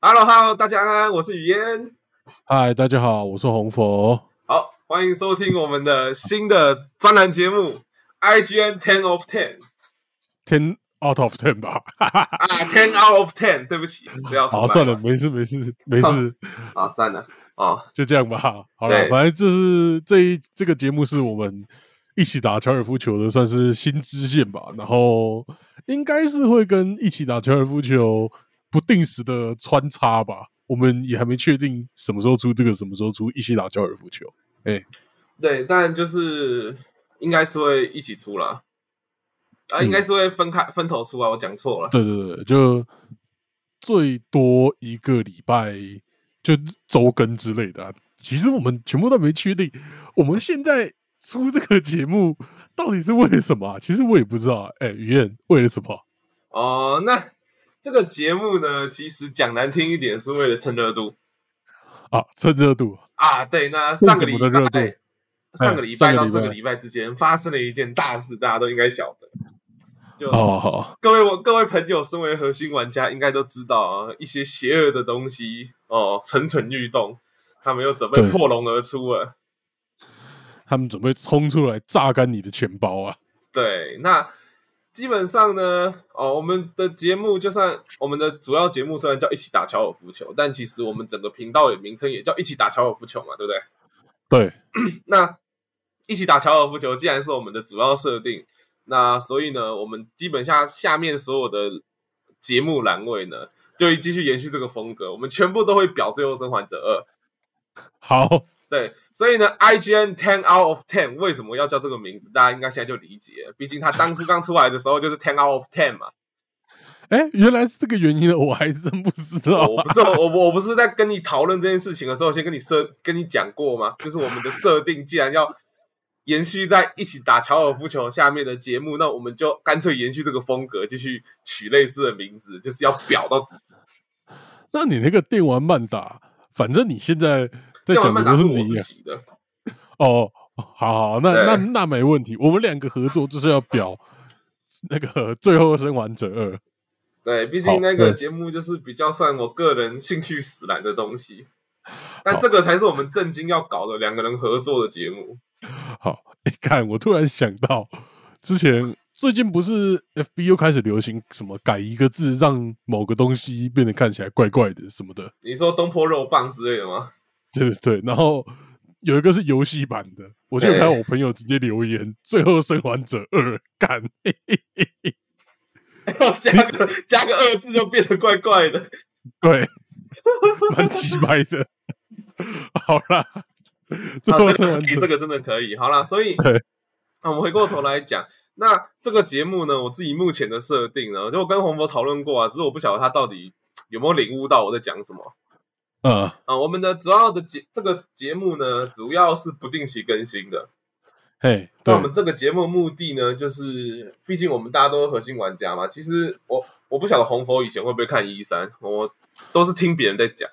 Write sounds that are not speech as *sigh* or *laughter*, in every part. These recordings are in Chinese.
Hello Hello，大家安，我是雨嫣。嗨，大家好，我是红佛。好，欢迎收听我们的新的专栏节目 IGN Ten of Ten Ten out of ten 吧，啊，Ten out of Ten，对不起，不要重 *laughs* 好，来算了，，没事没事没 *laughs* 事，啊，算了，哦，就这样吧。好了对，反正这是这一这个节目是我们一起打高尔夫球的，算是新支线吧。然后应该是会跟一起打高尔夫球不定时的穿插吧。我们也还没确定什么时候出这个，什么时候出一起打高尔夫球。对，但就是应该是会一起出啦。啊，嗯应该是会分开分头出啊，我讲错了。对对对，就最多一个礼拜，就周更之类的啊、其实我们全部都没确定，我们现在出这个节目到底是为了什么、啊？其实我也不知道啊。哎，于燕，为了什么？哦、那这个节目呢，其实讲难听一点，是为了蹭热度啊，蹭热度啊。对，那蹭上个礼什么的热拜度，上个哎礼上拜个到礼这个拜礼拜之间发生了一件大事，大家都应该晓得。就哦，好，各位我各位朋友，身为核心玩家，应该都知道啊，一些邪恶的东西哦，蠢蠢欲动，他们又准备对破笼而出了。他们准备冲出来榨干你的钱包啊！对，那基本上呢，哦，我们的节目就算我们的主要节目虽然叫一起打高尔夫球，但其实我们整个频道的名称也叫一起打高尔夫球嘛，对不对？对，那一起打高尔夫球既然是我们的主要设定，那所以呢，我们基本下下面所有的节目栏位呢，就会继续延续这个风格，我们全部都会表《最后生还者二》。好，对，所以呢，IGN Ten Out of Ten 为什么要叫这个名字？大家应该现在就理解了，毕竟它当初刚出来的时候就是 Ten Out of Ten 嘛。哎，原来是这个原因呢，我还真不知道我啊。不是我我不是在跟你讨论这件事情的时候，先跟你设跟你讲过吗？就是我们的设定，既然要延续在一起打高尔夫球下面的节目，那我们就干脆延续这个风格，继续取类似的名字，就是要表 *laughs* 到底。那你那个电玩慢打，反正你现在在要讲慢的打都是是我你自啊。己的，哦，好好，那那对那没问题。我们两个合作就是要表那个《最后生还者二》。 *laughs* 对，毕好竟那个对节目就是比较算我个人兴趣使然的东西，但好这个才是我们正经要搞的两个人合作的节目。好，你看，我突然想到，之前最近不是 FB 又开始流行什么改一个字，让某个东西变得看起来怪怪的什么的，你说东坡肉棒之类的吗？ *laughs* 对对对。然后有一个是游戏版的，我就对看到我朋友直接留言《最后生还者二》干，嘿嘿加个加个二字就变得怪怪的。对， *laughs* 蛮奇怪的。 *laughs* 好啦，最啊，后这生个还可以，者这个真的可以。好啦，所以对 *laughs* 那我们回过头来讲，那这个节目呢，我自己目前的设定呢，就我跟洪博讨论过啊，只是我不晓得他到底有没有领悟到我在讲什么嗯。啊。我们的主要的节这个节目呢，主要是不定期更新的。嘿，那对我，们这个节目的目的呢，就是毕竟我们大家都是核心玩家嘛。其实我我不晓得红佛以前会不会看一三，我都是听别人在讲。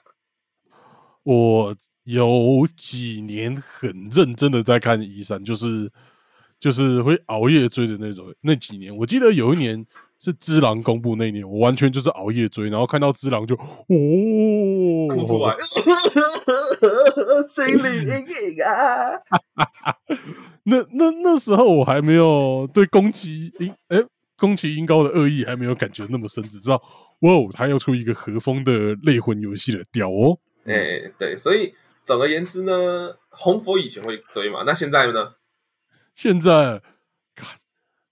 我有几年很认真的在看一三，就是就是会熬夜追的那种。那几年，我记得有一年是《只狼》公布那一年，我完全就是熬夜追，然后看到《只狼》就哦哭出来，心理阴影啊！那那那时候我还没有对宫崎英哎宫崎英高的恶意还没有感觉那么深，只知道哇哦，他要出一个和风的类魂游戏了，屌哦！ *laughs* 哎、对，所以总而言之呢，红佛以前会追嘛，那现在呢？现在看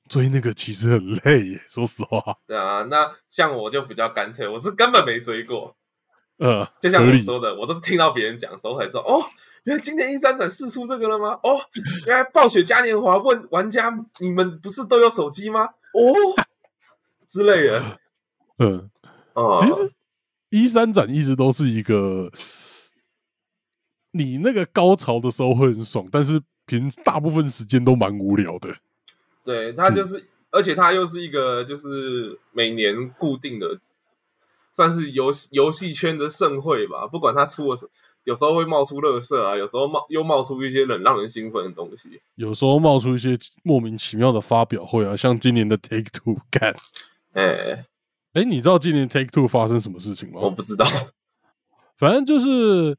追那个其实很累耶，说实话。对啊，那像我就比较干脆，我是根本没追过，呃，就像合我理说的，我都是听到别人讲的时候才知道，哦，原来今年一三展试出这个了吗？哦，原来暴雪嘉年华问玩家，你们不是都有手机吗？哦，之类的，嗯，哦，其实一三展一直都是一个，你那个高潮的时候会很爽，但是平大部分时间都蛮无聊的。对，它就是，嗯而且它又是一个就是每年固定的，算是游戏游戏圈的盛会吧。不管它出了什，有时候会冒出乐色啊，有时候冒又冒出一些很让人兴奋的东西。有时候冒出一些莫名其妙的发表会啊，像今年的 Take Two 干。哎、哎，你知道今年 Take Two 发生什么事情吗？我不知道，反正就是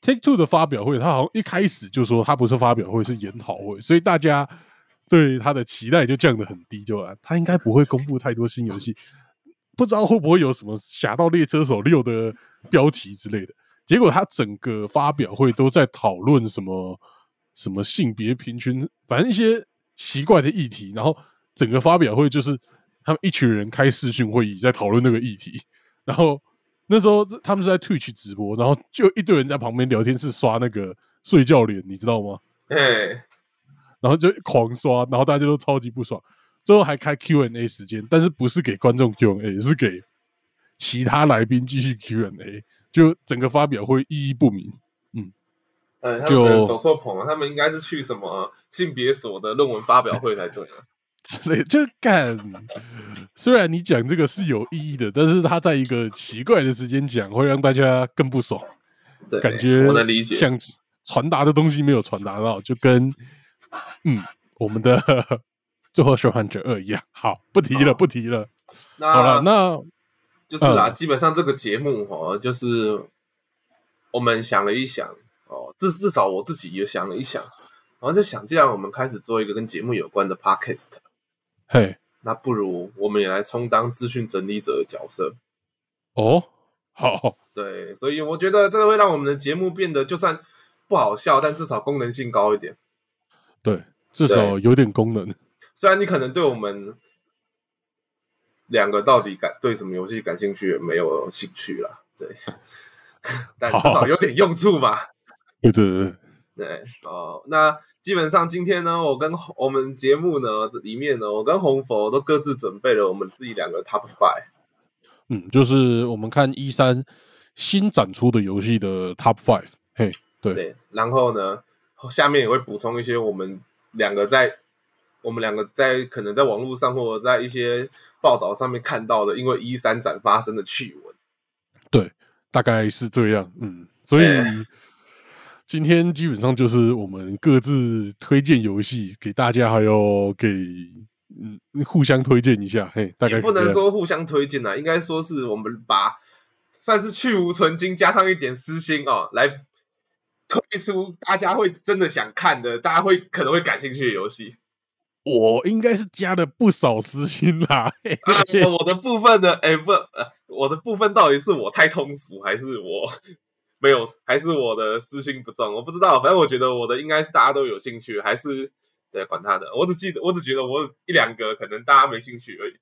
Take Two 的发表会，他好像一开始就说他不是发表会，是研讨会，所以大家对他的期待就降得很低，就啊，他应该不会公布太多新游戏，不知道会不会有什么《侠盗猎车手六》的标题之类的。结果他整个发表会都在讨论什么什么性别平均，反正一些奇怪的议题。然后整个发表会就是他们一群人开视讯会议在讨论那个议题。然后那时候他们是在 Twitch 直播，然后就一堆人在旁边聊天室刷那个睡觉脸，你知道吗？哎，然后就狂刷，然后大家都超级不爽。最后还开 Q&A 时间，但是不是给观众 Q&A，是给其他来宾继续 Q&A，就整个发表会意义不明。呃，他就们可能走错棚了，他们应该是去什么性别所的论文发表会才对啊。之类的，就干。虽然你讲这个是有意义的，但是他在一个奇怪的时间讲，会让大家更不爽， *laughs* 对，感觉我能理解。像传达的东西没有传达到，就跟嗯我们的《最后生还者二》一样。好，不提了，好不提了。那好了，那嗯就是啊啦，基本上这个节目哦，就是我们想了一想哦，至至少我自己也想了一想，然后就想，既然我们开始做一个跟节目有关的 podcast，嘿，那不如我们也来充当资讯整理者的角色。哦，好，对，所以我觉得这个会让我们的节目变得就算不好笑，但至少功能性高一点。对，至少有点功能。虽然你可能对我们两个到底感对什么游戏感兴趣也没有兴趣啦，对， *laughs* 但至少有点用处吧。对对对对，对哦，那基本上今天呢，我跟我们节目呢里面呢，我跟红佛都各自准备了我们自己两个 top five。嗯，就是我们看一三新展出的游戏的 Top Five，嘿，对，对，然后呢，下面也会补充一些我们两个在我们两个在可能在网络上或者在一些报道上面看到的，因为一三展发生的趣闻。大概是这样，嗯，所以哎今天基本上就是我们各自推荐游戏给大家，还有给嗯互相推荐一下，嘿，大概也是不这能样说互相推荐啦，啊应该说是我们把算是去无存精加上一点私心哦，来推出大家会真的想看的，大家会可能会感兴趣的游戏。我应该是加了不少私心啦，嘿啊，我我的部分呢？哎、不，呃，我的部分到底是我太通俗，还是我 *laughs* 没有，还是我的私心不重？我不知道，反正我觉得我的应该是大家都有兴趣，还是对，管他的。我只记得，我只觉得我有一两个可能大家没兴趣而已。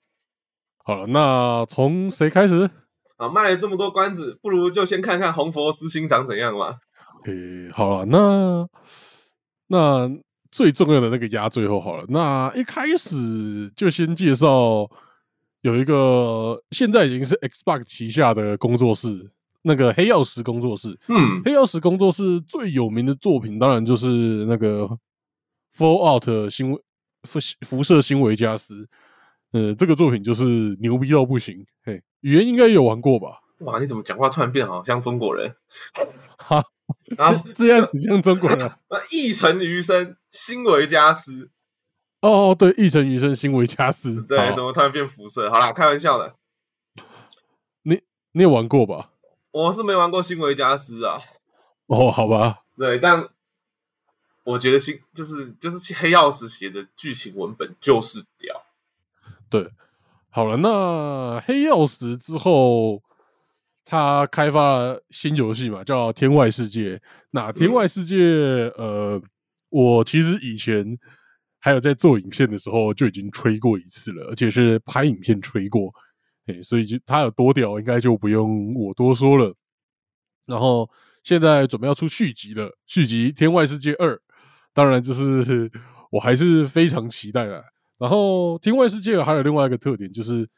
好了，那从谁开始？啊，卖了这么多关子，不如就先看看红佛私心长怎样嘛。诶、好了，那那最重要的那个压最后好了。那一开始就先介绍有一个现在已经是 Xbox 旗下的工作室，那个黑曜石工作室。嗯，黑曜石工作室最有名的作品，当然就是那个《Fallout》新维辐辐射新维加斯。呃，这个作品就是牛逼到不行。嘿，语言应该有玩过吧？ *laughs* 哇，你怎么讲话突然变好像中国人？哈， *laughs* 然后这这样很像中国人啊、呃一城余生，新维加斯，哦，对，一城余生，新维加斯。对，好怎么突然变辐射？好啦，开玩笑的，你有玩过吧？我是没玩过新维加斯啊。哦，好吧，对，但我觉得新就是就是黑曜石写的剧情文本就是屌，对，好了，那黑曜石之后，他开发了新游戏嘛，叫《天外世界》。那《天外世界》呃，我其实以前还有在做影片的时候就已经吹过一次了，而且是拍影片吹过，诶，所以就它有多屌，应该就不用我多说了。然后现在准备要出续集了，续集《天外世界二》，当然就是 *laughs* 我还是非常期待啦。然后《天外世界》还有另外一个特点就是，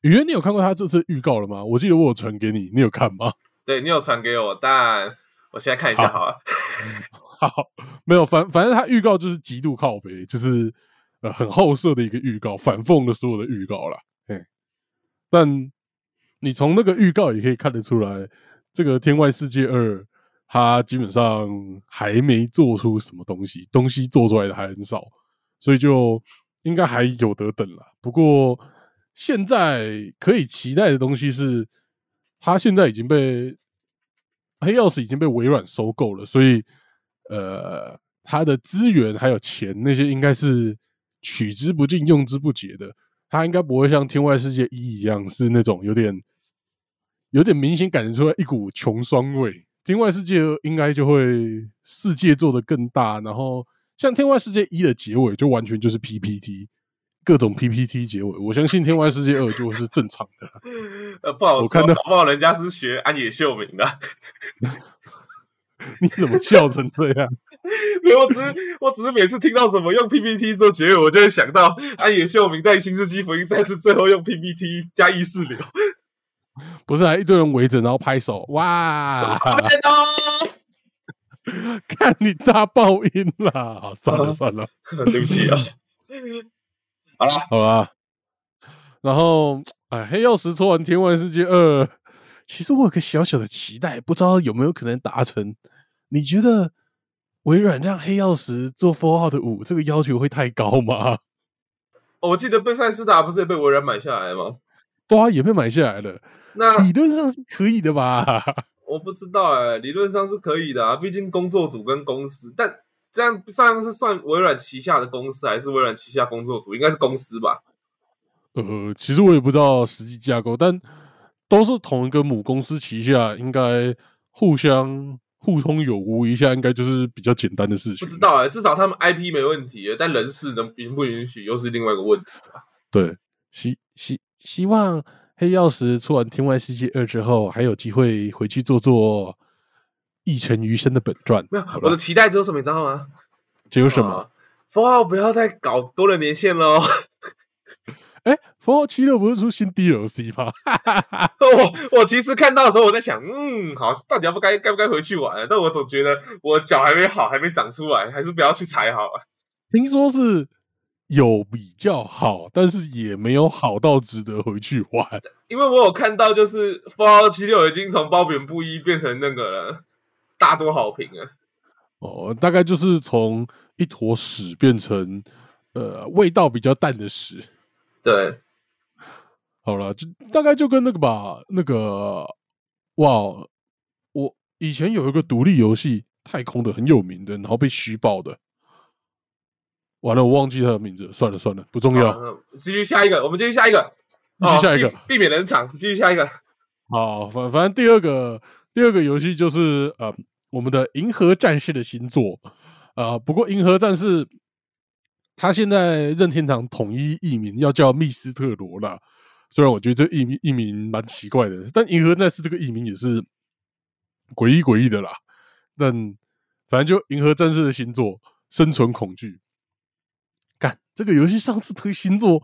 雨渊，你有看过他这次预告了吗？我记得我有传给你，你有看吗？ *laughs* 对你有传给我，但我现在看一下好了。好，没有，反反正他预告就是极度靠北，就是呃很好色的一个预告，反讽了所有的预告啦。嗯，但你从那个预告也可以看得出来，这个《天外世界二》它基本上还没做出什么东西，东西做出来的还很少，所以就应该还有得等了。不过现在可以期待的东西是，它现在已经被黑曜石已经被微软收购了，所以呃，它的资源还有钱那些应该是取之不尽、用之不竭的。它应该不会像《天外世界一》一样是那种有点有点明显感觉出来一股穷酸味，《天外世界二》应该就会世界做得更大，然后像《天外世界一》的结尾就完全就是 PPT。各种 PPT 结尾，我相信《天外世界二》就会是正常的啦。呃，不好我说，看到搞不好人家是学安野秀明的。你怎么笑成这样？ *laughs* 没有，我只是我只是每次听到什么用 PPT 做结尾，我就会想到安野秀明在《新世纪福音战士》最后用 PPT 加意识流。 *laughs* 不是、啊，一堆人围着，然后拍手，哇！见哦！ *laughs* 看你大爆音啦！好，算了算了，对不起啊。好啦，好啦。然后，哎，黑曜石抽完《天外世界二》，其实我有个小小的期待，不知道有没有可能达成？你觉得微软让黑曜石做 f o u r 的五，这个要求会太高吗？哦我记得贝塞斯达不是也被微软买下来吗？对啊，也被买下来了，那理论上是可以的吧？我不知道哎、理论上是可以的啊，毕竟工作组跟公司，但这样这样是算微软旗下的公司还是微软旗下工作组？应该是公司吧？呃，其实我也不知道实际架构，但都是同一个母公司旗下，应该互相互通有无一下，应该就是比较简单的事不情。知道哎、至少他们 IP 没问题，欸但人事能允不允许又是另外一个问题啊。对，希希希望黑曜石出完《天外世界二》之后，还有机会回去做做一成余生的本传。没有好，我吧的，啊期待只有什么，你知道吗？只有为什么？嗯封号不要再搞多人连线喽！哎，《f o r 七六》不是出新 DLC 吗？ *laughs* 我我其实看到的时候，我在想，嗯，好，到底要不该该不该回去玩？啊但我总觉得我脚还没好，还没长出来，还是不要去踩好啊了。听说是有比较好，但是也没有好到值得回去玩。因为我有看到，就是《Fallout 七六》已经从褒贬不一变成那个了，大多好评啊了。哦，大概就是从一坨屎变成呃味道比较淡的屎。对，好了，就大概就跟那个吧，那个哇，我以前有一个独立游戏，太空的很有名的，然后被虚报的。完了，我忘记他的名字了，算了算了，不重要。好，那继续下一个，我们继续下一个，继续下一个哦避避免冷场，继续下一个。好，反反正第二个第二个游戏就是呃，我们的《银河战士》的新作，呃，不过《银河战士》它现在任天堂统一译名要叫密斯特罗啦，虽然我觉得这译名译名蛮奇怪的，但《银河战士》这个译名也是诡异诡异的啦。但反正就《银河战士》的新作《生存恐惧》，干这个游戏上次推新作，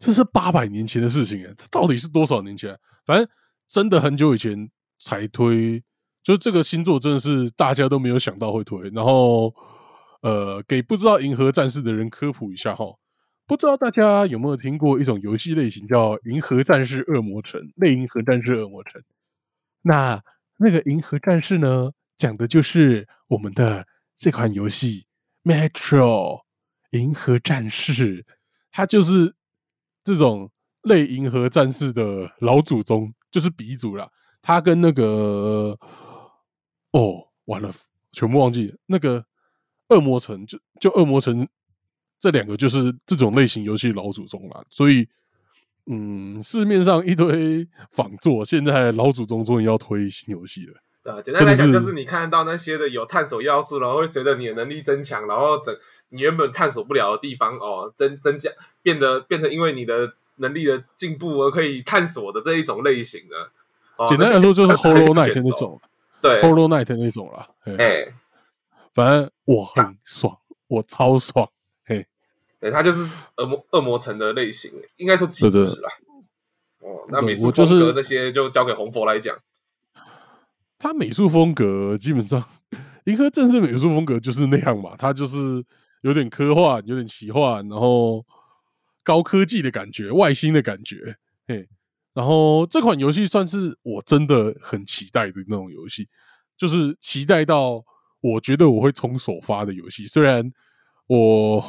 这是八百年前的事情哎，它到底是多少年前啊、反正真的很久以前才推，就这个星座真的是大家都没有想到会推。然后，呃，给不知道银河战士的人科普一下哈，不知道大家有没有听过一种游戏类型叫《银河战士恶魔城》类《银河战士恶魔城》。那那个《银河战士》呢，讲的就是我们的这款游戏《Metro 银河战士》，它就是这种类银河战士的老祖宗，就是鼻祖啦。他跟那个哦，完了，全部忘记了那个恶魔城，就就恶魔城这两个就是这种类型游戏的老祖宗啦。所以，嗯，市面上一堆仿作，现在老祖宗终于要推新游戏了。对啊，简单来讲真就的是是你看到那些的有探索要素，然后会随着你的能力增强，然后整你原本探索不了的地方哦，增增加变得变成因为你的能力的进步而可以探索的这一种类型的。哦、简单来说，就是那《这个 Hollow 很 Knight》那卷轴。种，《对， Hollow Knight》那种啦。哎、哎、反正我很爽，我超爽。对，它就是恶魔恶魔城的类型，应该说极致对对啦。哦，那对美术我就风是格这些就交给红佛来讲。他美术风格基本上， *laughs* 银河正式美术风格就是那样嘛，他就是有点科幻，有点奇幻，然后高科技的感觉，外星的感觉，嘿。然后这款游戏算是我真的很期待的那种游戏，就是期待到我觉得我会冲首发的游戏。虽然我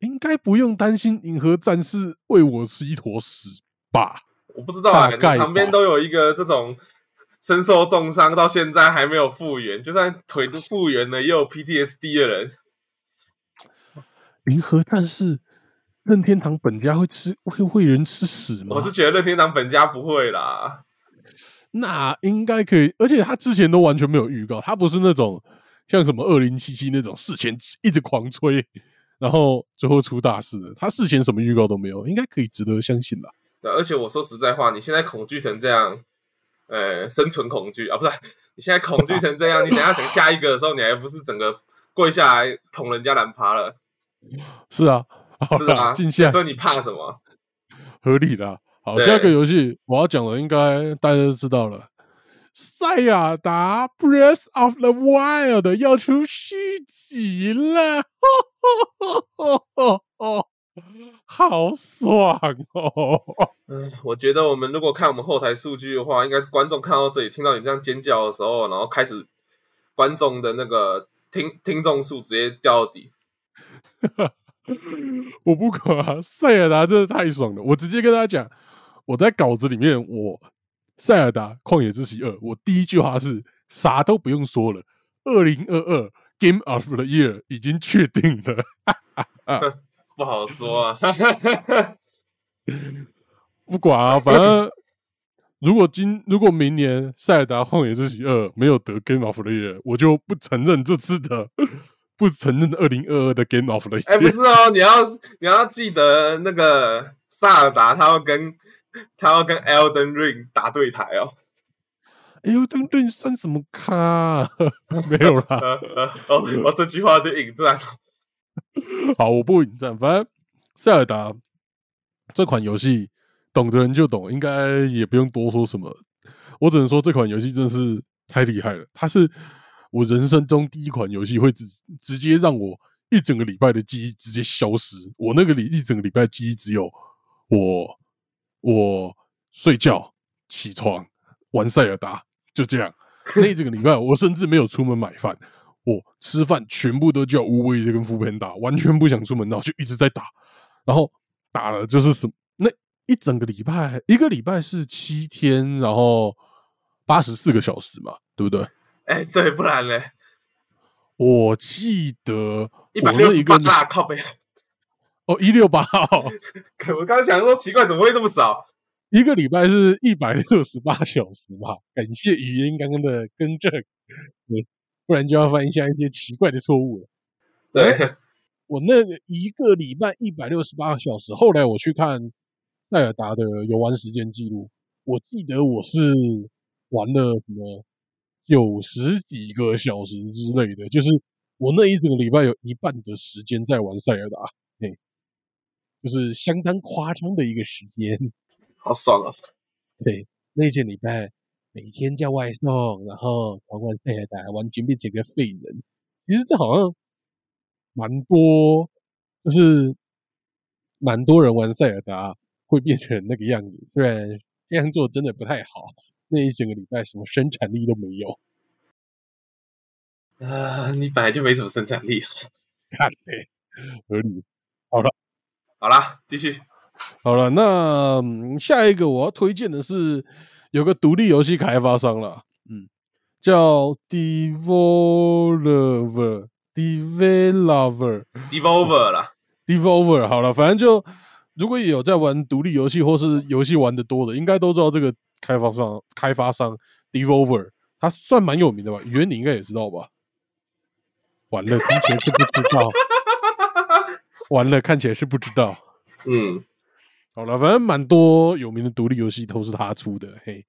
应该不用担心银河战士为我是一坨屎吧，我不知道啊，大概吧旁边都有一个这种身受重伤，到现在还没有复原，就算腿都复原了，也有 PTSD 的人。银河战士任天堂本家会吃会会人吃屎吗我？是觉得任天堂本家不会啦，那应该可以，而且他之前都完全没有预告，他不是那种像什么二零七七那种事前一直狂吹，然后最后出大事的，他事前什么预告都没有，应该可以值得相信啦。那而且我说实在话，你现在恐惧成这样，呃，生存恐惧啊，不是？你现在恐惧成这 *laughs* 样，你等一下讲下一个的时候，你还不是整个跪下来捅人家懒趴了？是啊，好是啊，啦，静下所以你怕什么？合理啦。好，对下一个游戏我要讲的应该大家都知道了，《塞尔达 Breath of the Wild》要出续集了， *laughs* 好爽哦！嗯，我觉得我们如果看我们后台数据的话，应该是观众看到这里，听到你这样尖叫的时候，然后开始观众的那个听听众数直接掉到底。我不管啊，塞尔达真的太爽了！我直接跟大家讲，我在稿子里面，我塞尔达旷野之息二，我第一句话是啥都不用说了，二零二二 Game of the Year 已经确定了。不好说 *laughs* 啊，不管啊，反正如果今如果明年塞尔达旷野之息二没有得 Game of the Year，我就不承认这次的， *laughs* 不承认二零二二的 Game of the Year。哎、不是哦，你要你要记得那个萨尔达，他要跟他要跟 Elden Ring 打对台哦。哎呦，对对，算什么咖、 *laughs* 啊？没有啦。呃呃哦，我这句话就引战。 *laughs* 好，我不引战，反正塞尔达这款游戏，懂的人就懂，应该也不用多说什么。我只能说这款游戏真的是太厉害了，它是我人生中第一款游戏会直直接让我一整个礼拜的记忆直接消失。我那个礼一整个礼拜记忆只有我我睡觉、起床、玩塞尔达，就这样。那一整个礼拜，我甚至没有出门买饭。我吃饭全部都叫无畏跟副片打，完全不想出门，然后就一直在打，然后打了就是什么那一整个礼拜，一个礼拜是七天，然后八十四个小时嘛，对不对？哎、对，不然嘞，我记得一百我六那十一八啊个大靠背。 *laughs* 哦一六八，我刚刚想说奇怪，怎么会这么少？一个礼拜是一百六十八小时嘛。感谢语音刚刚的更正，对不然就要犯下一些奇怪的错误了。对，哎我那个一个礼拜一百六十八个小时，后来我去看塞尔达的游玩时间记录，我记得我是玩了什么九十几个小时之类的，就是我那一整个礼拜有一半的时间在玩塞尔达，哎、就是相当夸张的一个时间。好爽哦！对，那一整礼拜每天叫外送，然后狂玩塞尔达，完全变成个废人。其实这好像蛮多，就是蛮多人玩塞尔达啊会变成那个样子，虽然这样做真的不太好。那一整个礼拜什么生产力都没有， *laughs* 啊、你本来就没什么生产力。看嘞，合理。好啦，继续。好了，那、嗯下一个我要推荐的是有个独立游戏开发商啦，嗯，叫 Devolver Developer Devolver 啦， Devolver。好了，反正就如果有在玩独立游戏或是游戏玩的多的，应该都知道这个开发商开发商 Devolver，它算蛮有名的吧？原你应该也知道吧？完了，看起来是不知道。完了，看起来是不知道。嗯，好了，反正蛮多有名的独立游戏都是他出的，嘿，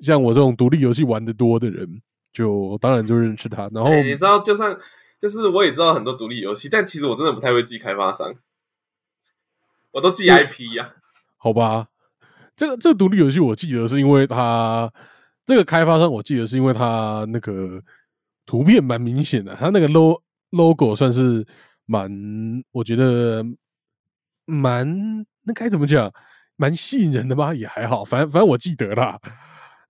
像我这种独立游戏玩的多的人，就当然就认识他。然后，欸你知道，就算就是我也知道很多独立游戏，但其实我真的不太会记开发商，我都记嗯 IP 呀、好吧，这个这个独立游戏我记得是因为它这个开发商，我记得是因为它那个图片蛮明显的，它那个 lo logo 算是蛮，我觉得蛮那该怎么讲，蛮吸引人的吧，也还好，反正反正我记得啦。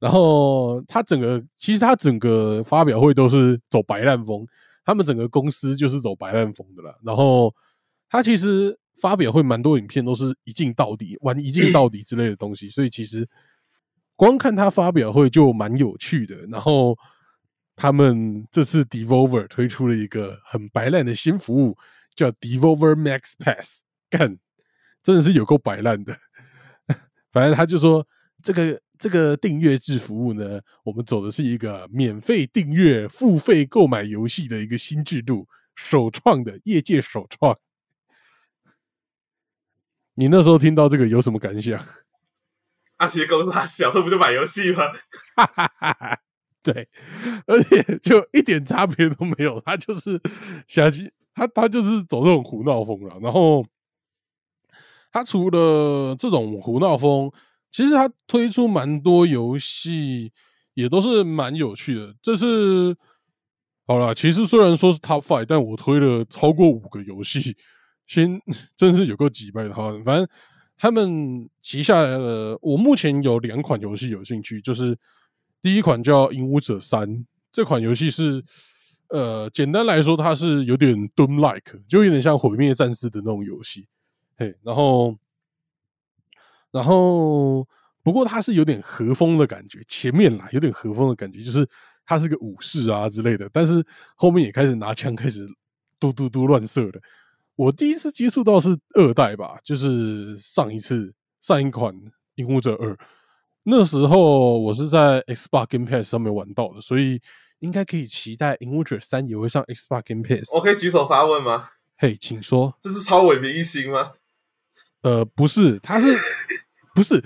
然后它整个其实它整个发表会都是走白烂风，他们整个公司就是走白烂风的啦。然后他其实发表会蛮多影片都是一镜到底、玩一镜到底之类的东西，所以其实光看他发表会就蛮有趣的。然后他们这次 Devolver 推出了一个很白烂的新服务，叫 Devolver Max Pass，干，真的是有够白烂的。 *laughs* 反正他就说这个这个订阅制服务呢，我们走的是一个免费订阅、付费购买游戏的一个新制度，首创的业界首创。你那时候听到这个有什么感想？ *laughs* 阿奇啊公司他小时候不就买游戏吗？哈哈哈哈，对，而且就一点差别都没有，他就是想起他他就是走这种胡闹风了。然后他除了这种胡闹风，其实他推出蛮多游戏，也都是蛮有趣的。这是好啦，其实虽然说是 Top Five，但我推了超过五个游戏，先 *laughs* 真是有够几百套。反正他们旗下的我目前有两款游戏有兴趣，就是第一款叫《影武者三》，这款游戏是呃，简单来说，它是有点 Doom like，就有点像毁灭战士的那种游戏。嘿，然后，然后，不过它是有点和风的感觉，前面啦有点和风的感觉，就是它是个武士啊之类的，但是后面也开始拿枪开始嘟嘟嘟乱射的。我第一次接触到是二代吧，就是上一次上一款《影武者二》，那时候我是在 Xbox Game Pass 上面玩到的，所以应该可以期待《影武者三》也会上 Xbox Game Pass。我可以举手发问吗？嘿，请说。这是超伟明一星吗？ *laughs* 呃，不是，他是不是？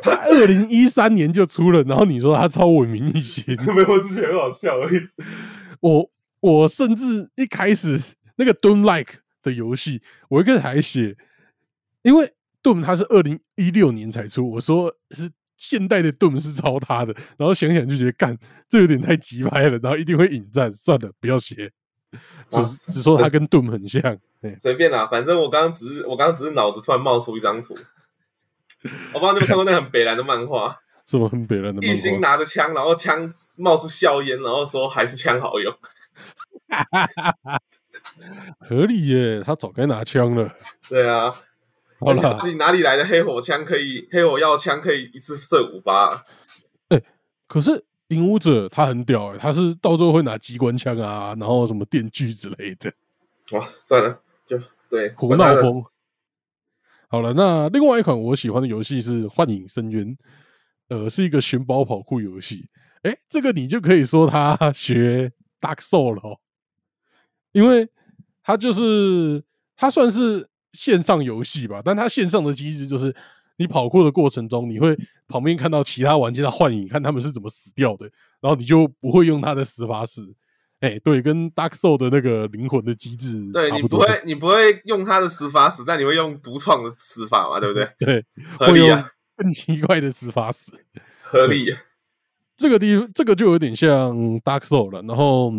他二零一三年就出了，然后你说他超文明一些，没有，我只觉得很好笑而已。我我甚至一开始那个 Doom Like 的游戏，我一开始还写，因为 Doom 它是二零一六年才出，我说是现代的 Doom 是抄它的，然后想想就觉得干这有点太急拍了，然后一定会引战，算了，不要写，哇只只说它跟 Doom 很像，哎、随便啦，反正我刚刚只是我刚刚只是脑子突然冒出一张图。我不知道你有没有看过那很北蓝的漫画， *laughs* 什么很北人的漫一画心拿着枪，然后枪冒出硝烟，然后说还是枪好用。合理耶，他早该拿枪了。对啊，好而且哪了，里哪里来的黑火枪可以黑火药枪可以一次射五发啊、可是影武者他很屌哎、他是到最后会拿机关枪啊，然后什么电锯之类的，哇，算了，就对胡管他闹的风。好了，那另外一款我喜欢的游戏是《幻影深渊》，呃，是一个寻宝跑酷游戏。哎、这个你就可以说他 *laughs* 学 Dark Soul 了、哦，因为它就是它算是线上游戏吧，但它线上的机制就是你跑酷的过程中，你会旁边看到其他玩家的幻影，看他们是怎么死掉的，然后你就不会用他的死法式。哎、对，跟 Dark Soul 的那个灵魂的机制对差你不多。会，你不会用他的死法死，但你会用独创的死法 *laughs* 嘛，对不对？对，合会理用啊，更奇怪的死法死。 *laughs* 合理。啊这个地这个就有点像 Dark Soul 了，然后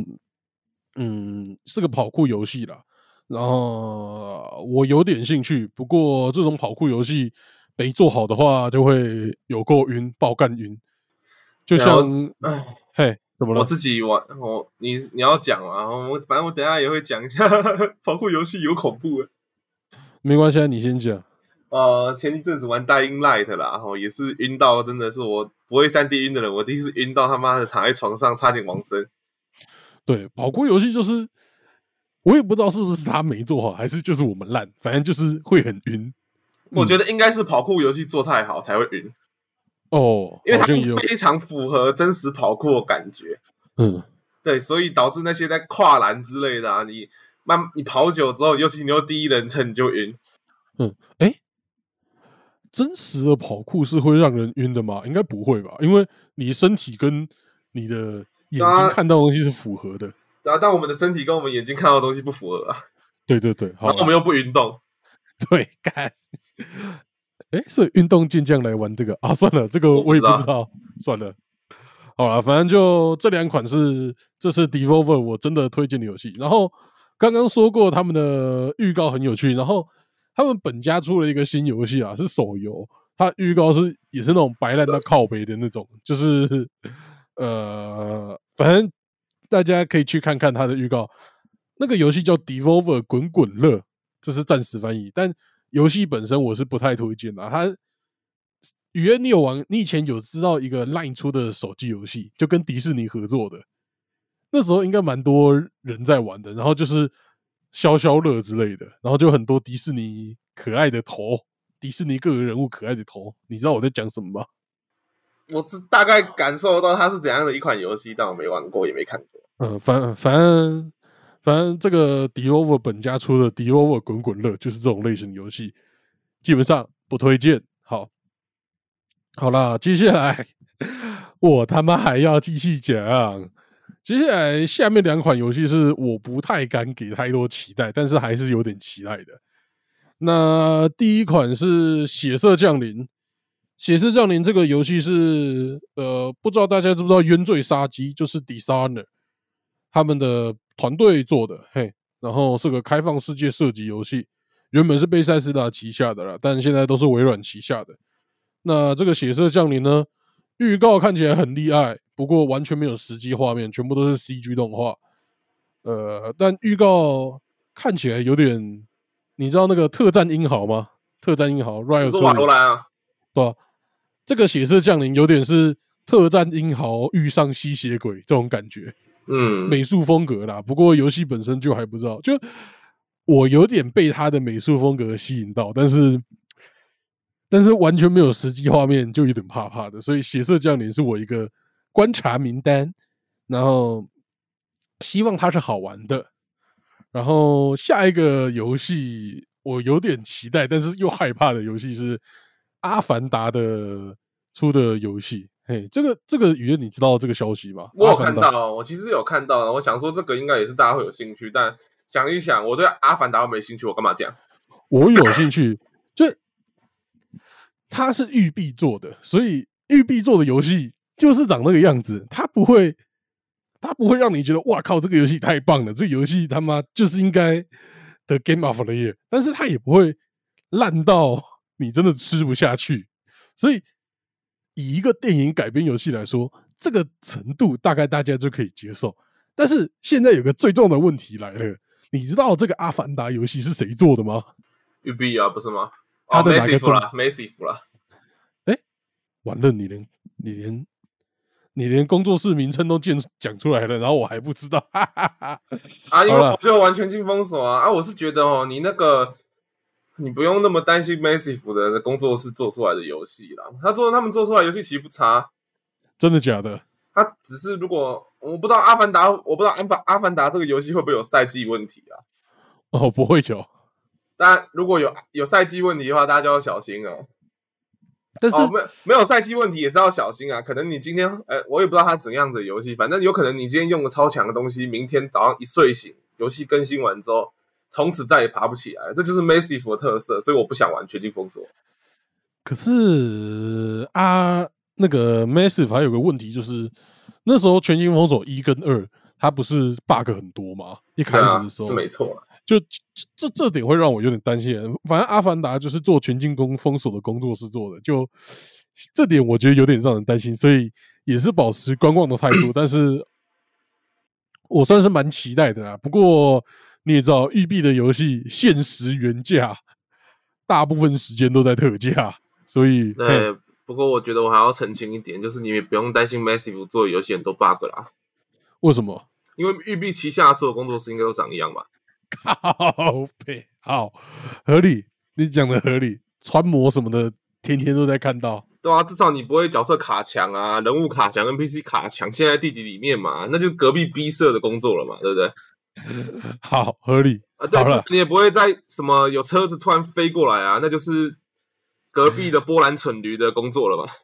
嗯，是个跑酷游戏啦。然后我有点兴趣，不过这种跑酷游戏没做好的话，就会有够晕，爆干晕。就然后像哎，嘿，怎么我了？自己玩，我你你要讲嘛，我反正我等一下也会讲一下， *laughs* 跑酷游戏有恐怖的。没关系，啊，你先讲。呃，前一阵子玩《大英 Light》啦，然后也是晕到，真的是我不会三 D 晕的人，我第一次晕到他妈的躺在床上差点亡身。对，跑酷游戏就是我也不知道是不是他没做好，还是就是我们烂，反正就是会很晕嗯我觉得应该是跑酷游戏做太好才会晕，哦，因为好它像也是有非常符合真实跑酷的感觉。嗯。对，所以导致那些在跨栏之类的啊，你慢你跑久之后，尤其你又第一人称，你就晕。嗯，哎，真实的跑酷是会让人晕的吗？应该不会吧，因为你身体跟你的眼睛啊看到的东西是符合的。然后，啊但我们的身体跟我们眼睛看到的东西不符合啊，对对对，然好啊后我们啦，又不运动， *laughs* 对，干。哎，是运动健将来玩这个啊？算了，这个我不我也不知道知道，算了。好了，反正就这两款是这是 Devolver 我真的推荐的游戏。然后刚刚说过他们的预告很有趣，然后他们本家出了一个新游戏啊，是手游，它预告是也是那种白烂到靠北的那种，就是呃，反正大家可以去看看它的预告。那个游戏叫 Devolver 滚滚啊乐，这是暂时翻译，但游戏本身我是不太推荐的、它雨恩，你有玩？你以前有知道一个 LINE 出的手机游戏，就跟迪士尼合作的，那时候应该蛮多人在玩的。然后就是消消乐之类的，然后就很多迪士尼可爱的头，迪士尼各个人物可爱的头。你知道我在讲什么吗？我只大概感受到它是怎样的一款游戏，但我没玩过，也没看过。呃，反反正反正这个 d i o v e r 本家出的 d i o v e r 滚滚乐就是这种类型的游戏，基本上不推荐。好，好啦，接下来我他妈还要继续讲。接下来下面两款游戏是我不太敢给太多期待，但是还是有点期待的。那第一款是《血色降临》，《血色降临》这个游戏是呃，不知道大家知不知道《冤罪杀机》就是 Designer 他们的团队做的，嘿，然后是个开放世界射击游戏，原本是贝塞斯达旗下的啦，但现在都是微软旗下的。那这个《血色降临》呢，预告看起来很厉害，不过完全没有实际画面，全部都是 CG 动画。呃，但预告看起来有点，你知道那个特战英豪吗？特战英豪 Riot 你说出瓦的罗兰啊？对吧、这个血色降临有点是特战英豪遇上吸血鬼这种感觉，嗯，美术风格啦。不过游戏本身就还不知道，就我有点被他的美术风格吸引到，但是但是完全没有实际画面，就有点怕怕的。所以血色降临是我一个观察名单，然后希望它是好玩的。然后下一个游戏我有点期待，但是又害怕的游戏是《阿凡达》的出的游戏。嘿，这个这个雨燕，你知道这个消息吗？我阿有凡看达到，我其实有看到，我想说这个应该也是大家会有兴趣，但想一想，我对阿凡达没兴趣，我干嘛讲？我有兴趣，就它是育碧做的，所以育碧做的游戏就是长那个样子，它不会，它不会让你觉得哇靠，这个游戏太棒了，这个游戏他妈就是应该的 Game of the Year，但是它也不会烂到你真的吃不下去，所以以一个电影改编游戏来说，这个程度大概大家就可以接受。但是现在有个最重要的问题来了，你知道这个《阿凡达》游戏是谁做的吗？育碧啊，不是吗？他哦，的梅哪个西弗动啦，梅西弗啦，完了，你连你连你连工作室名称都讲讲出来了，然后我还不知道，哈哈哈。啊，因为好了我就完全进封锁啊！啊，我是觉得哦，你那个你不用那么担心 Massive 的工作室做出来的游戏啦，他做他们做出来的游戏其实不差，啊真的假的？他只是如果我不知道阿凡达，我不知道阿凡阿凡达这个游戏会不会有赛季问题啊？哦，不会有，但如果有有赛季问题的话，大家就要小心啊。但是、哦，没有没有赛季问题也是要小心啊。可能你今天，呃，我也不知道它怎样的游戏，反正有可能你今天用了超强的东西，明天早上一睡醒，游戏更新完之后，从此再也爬不起来。这就是 Massive 的特色，所以我不想玩全境封锁。可是啊，那个 Massive 还有个问题就是，那时候全境封锁一跟二，它不是 bug 很多吗？一开对始啊，的时候、是没错啦。就这这这点会让我有点担心。反正《阿凡达》就是做全境攻封锁的工作室做的，就这点我觉得有点让人担心，所以也是保持观望的态度。但是，我算是蛮期待的啦。不过你也知道，育碧的游戏限时原价，大部分时间都在特价，所以 *laughs* 嘿对，不过我觉得我还要澄清一点，就是你也不用担心 Massive 做的游戏很多 bug 啦，为什么？ *laughs* 因为育碧旗下所有工作室应该都长一样吧。靠背好合理，你讲的合理，穿模什么的，天天都在看到。对啊，至少你不会角色卡墙啊，人物卡墙、NPC 卡墙，现在弟弟里面嘛，那就隔壁 B 社的工作了嘛，对不对？好合理，啊，对，好了至少你也不会在什么有车子突然飞过来啊，那就是隔壁的波兰蠢驴的工作了吧？ *laughs*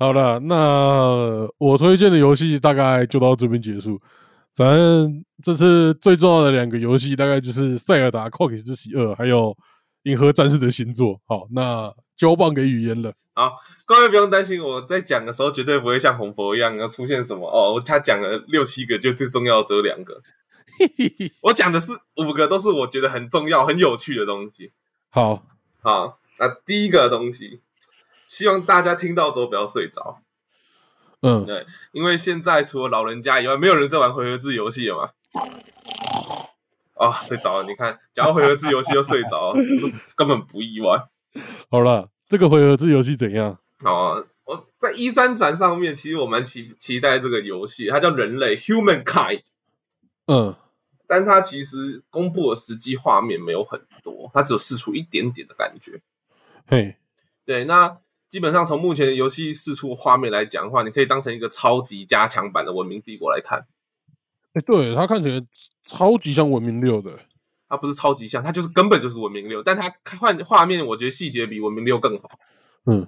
好了，那我推荐的游戏大概就到这边结束。反正这次最重要的两个游戏，大概就是《塞尔达：旷野之息二》还有《银河战士的星座》。好，那交棒给语言了。 *laughs* 各位不用担心，我在讲的时候绝对不会像红佛一样要出现什么哦，他讲了六七个，就最重要的只有两个，我讲的是五个，都是我觉得很重要、很有趣的东西。好，好，那第一个东西，希望大家听到之后不要睡着，嗯，对，因为现在除了老人家以外，没有人在玩回合制游戏了嘛。啊、 *laughs* 睡着了！你看，讲到回合制游戏就睡着了，根本不意外。好了，这个回合制游戏怎样？好啊，我在一三展上面，其实我蛮期期待这个游戏，它叫《人类 Humankind》，嗯，但它其实公布的实际画面没有很多，它只有试出一点点的感觉。嘿，对，那基本上从目前的游戏试出画面来讲的话，你可以当成一个超级加强版的《文明帝国》来看，哎，对，它看起来超级像文明六的，它不是超级像，它就是根本就是《文明六》，但它换画面，我觉得细节比《文明六》更好。嗯，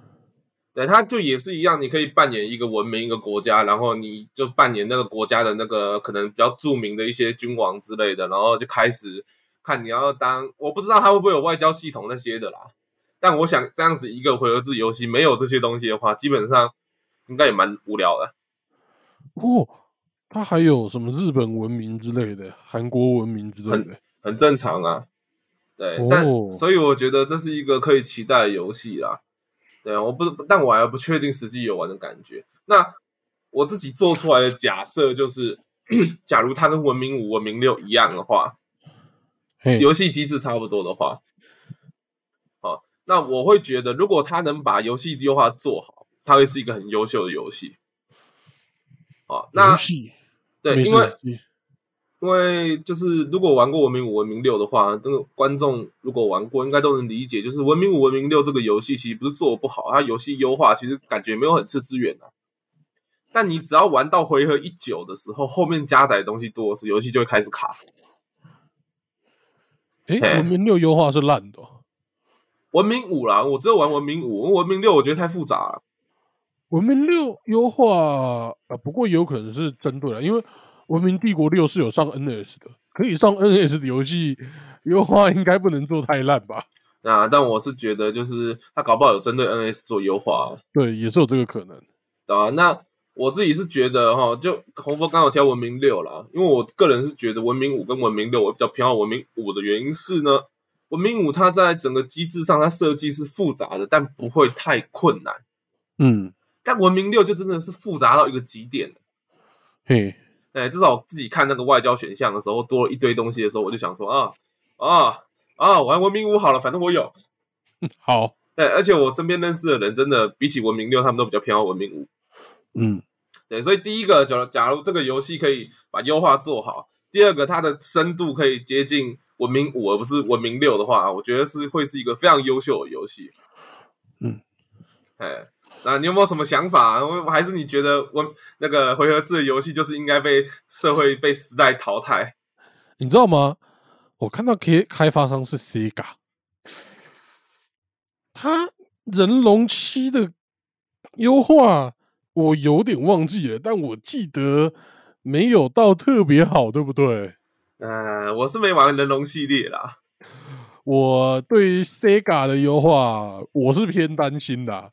对，它就也是一样，你可以扮演一个文明一个国家，然后你就扮演那个国家的那个可能比较著名的一些君王之类的，然后就开始看你要当，我不知道它会不会有外交系统那些的啦。但我想这样子一个回合制游戏没有这些东西的话，基本上应该也蛮无聊的。哦，它还有什么日本文明之类的，韩国文明之类的，很正常啊。对，哦但所以我觉得这是一个可以期待的游戏啦。对啊，我不，但我还不确定实际游玩的感觉。那我自己做出来的假设就是， *coughs* 假如它跟《文明五》《文明六》一样的话，嘿，游戏机制差不多的话，好，那我会觉得，如果它能把游戏优化做好，它会是一个很优秀的游戏。好，那游戏，对，没因为事，你因为就是如果玩过《文明五》《文明六》的话，那个观众如果玩过，应该都能理解，就是《文明五》《文明六》这个游戏其实不是做的不好，它游戏优化其实感觉没有很吃资源的、啊但你只要玩到回合一九的时候，后面加载的东西多的时候，游戏就会开始卡。哎，文明六优化是烂的哦、文明五啦，我只有玩文明五，因为文明六我觉得太复杂了。文明六优化啊，不过有可能是针对了，因为文明帝国六是有上 NS 的，可以上 NS 的游戏优化应该不能做太烂吧？那但我是觉得，就是它搞不好有针对 NS 做优化、啊，对，也是有这个可能。啊，那我自己是觉得哈，就红佛刚好挑文明六啦，因为我个人是觉得文明五跟文明六，我比较偏好文明五的原因是呢，文明五它在整个机制上它设计是复杂的，但不会太困难，嗯，但文明六就真的是复杂到一个极点了。嘿， *laughs* 哎，至少我自己看那个外交选项的时候，多了一堆东西的时候，我就想说啊啊啊，玩文明五好了，反正我有。好，对，而且我身边认识的人，真的比起文明六，他们都比较偏好文明五。嗯，对，所以第一个，假如假如这个游戏可以把优化做好，第二个它的深度可以接近文明五而不是文明六的话，我觉得是会是一个非常优秀的游戏。嗯，哎，那你有没有什么想法？我还是你觉得文那个回合制的游戏就是应该被社会被时代淘汰？你知道吗？我看到开开发商是 Sega，他人龙七的优化我有点忘记了，但我记得没有到特别好，对不对？嗯、我是没玩人龙系列啦。我对于 Sega 的优化，我是偏担心的啊、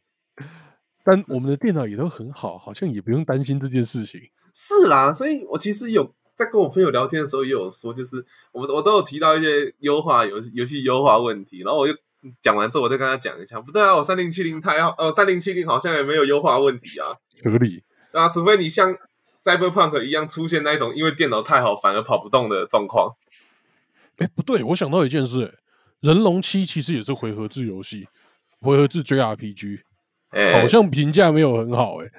但我们的电脑也都很好，好像也不用担心这件事情。是啦，所以我其实有在跟我朋友聊天的时候也有说，就是我们我都有提到一些优化游戏游戏优化问题，然后我就讲完之后，我再跟他讲一下，不对啊，我三零七零它要呃三零七零好像也没有优化问题啊，合理，对啊，除非你像 Cyberpunk 一样出现那一种因为电脑太好反而跑不动的状况，哎，不对，我想到一件事、诶人龙七》其实也是回合制游戏，回合制 JRPG，哎、好像评价没有很好、诶哎，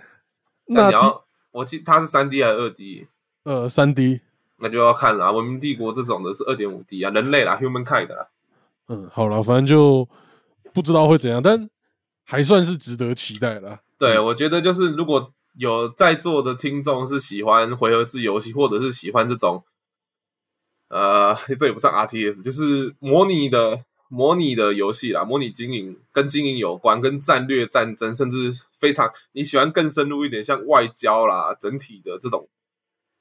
那那你第要我记它是三 D 还是二 D？呃，三 D，那就要看啦，《文明帝国》这种的是二点五 D 啊，人类啦，humankind 啦，嗯，好了，反正就不知道会怎样，但还算是值得期待啦。对，我觉得就是如果有在座的听众是喜欢回合制游戏，或者是喜欢这种，呃， *laughs* 这也不算 RTS，就是模拟的模拟的游戏啦，模拟经营跟经营有关，跟战略战争，甚至非常你喜欢更深入一点，像外交啦，整体的这种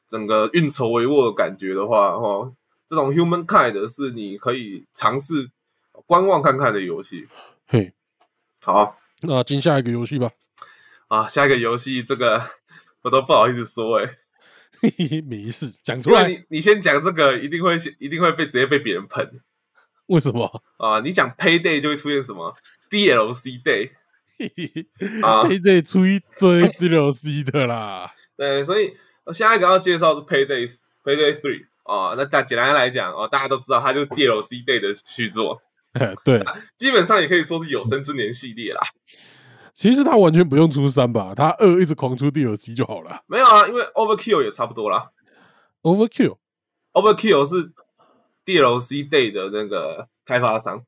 整个运筹帷幄的感觉的话，哦，这种 Human Kind 是你可以尝试观望看看的游戏。嘿，好，那进下一个游戏吧。啊，下一个游戏这个我都不好意思说哎、欸，嘿嘿嘿，没事，讲出因为来。你你先讲这个，一定会一定会被直接被别人喷为什么？啊！你讲 Payday 就会出现什么 DLC Day *laughs* 啊？配对出一堆 DLC 的啦。对，所以下一个要介绍是 Payday 啊 Payday Three 啊。那大简单来讲哦、大家都知道它就是 DLC Day 的续作哎对，基本上也可以说是有生之年系列啦。其实他完全不用出三吧，他二一直狂出第二集就好了。没有啊，因为 Overkill 也差不多啦。 Overkill Overkill 是 DLC Day 的那个开发商。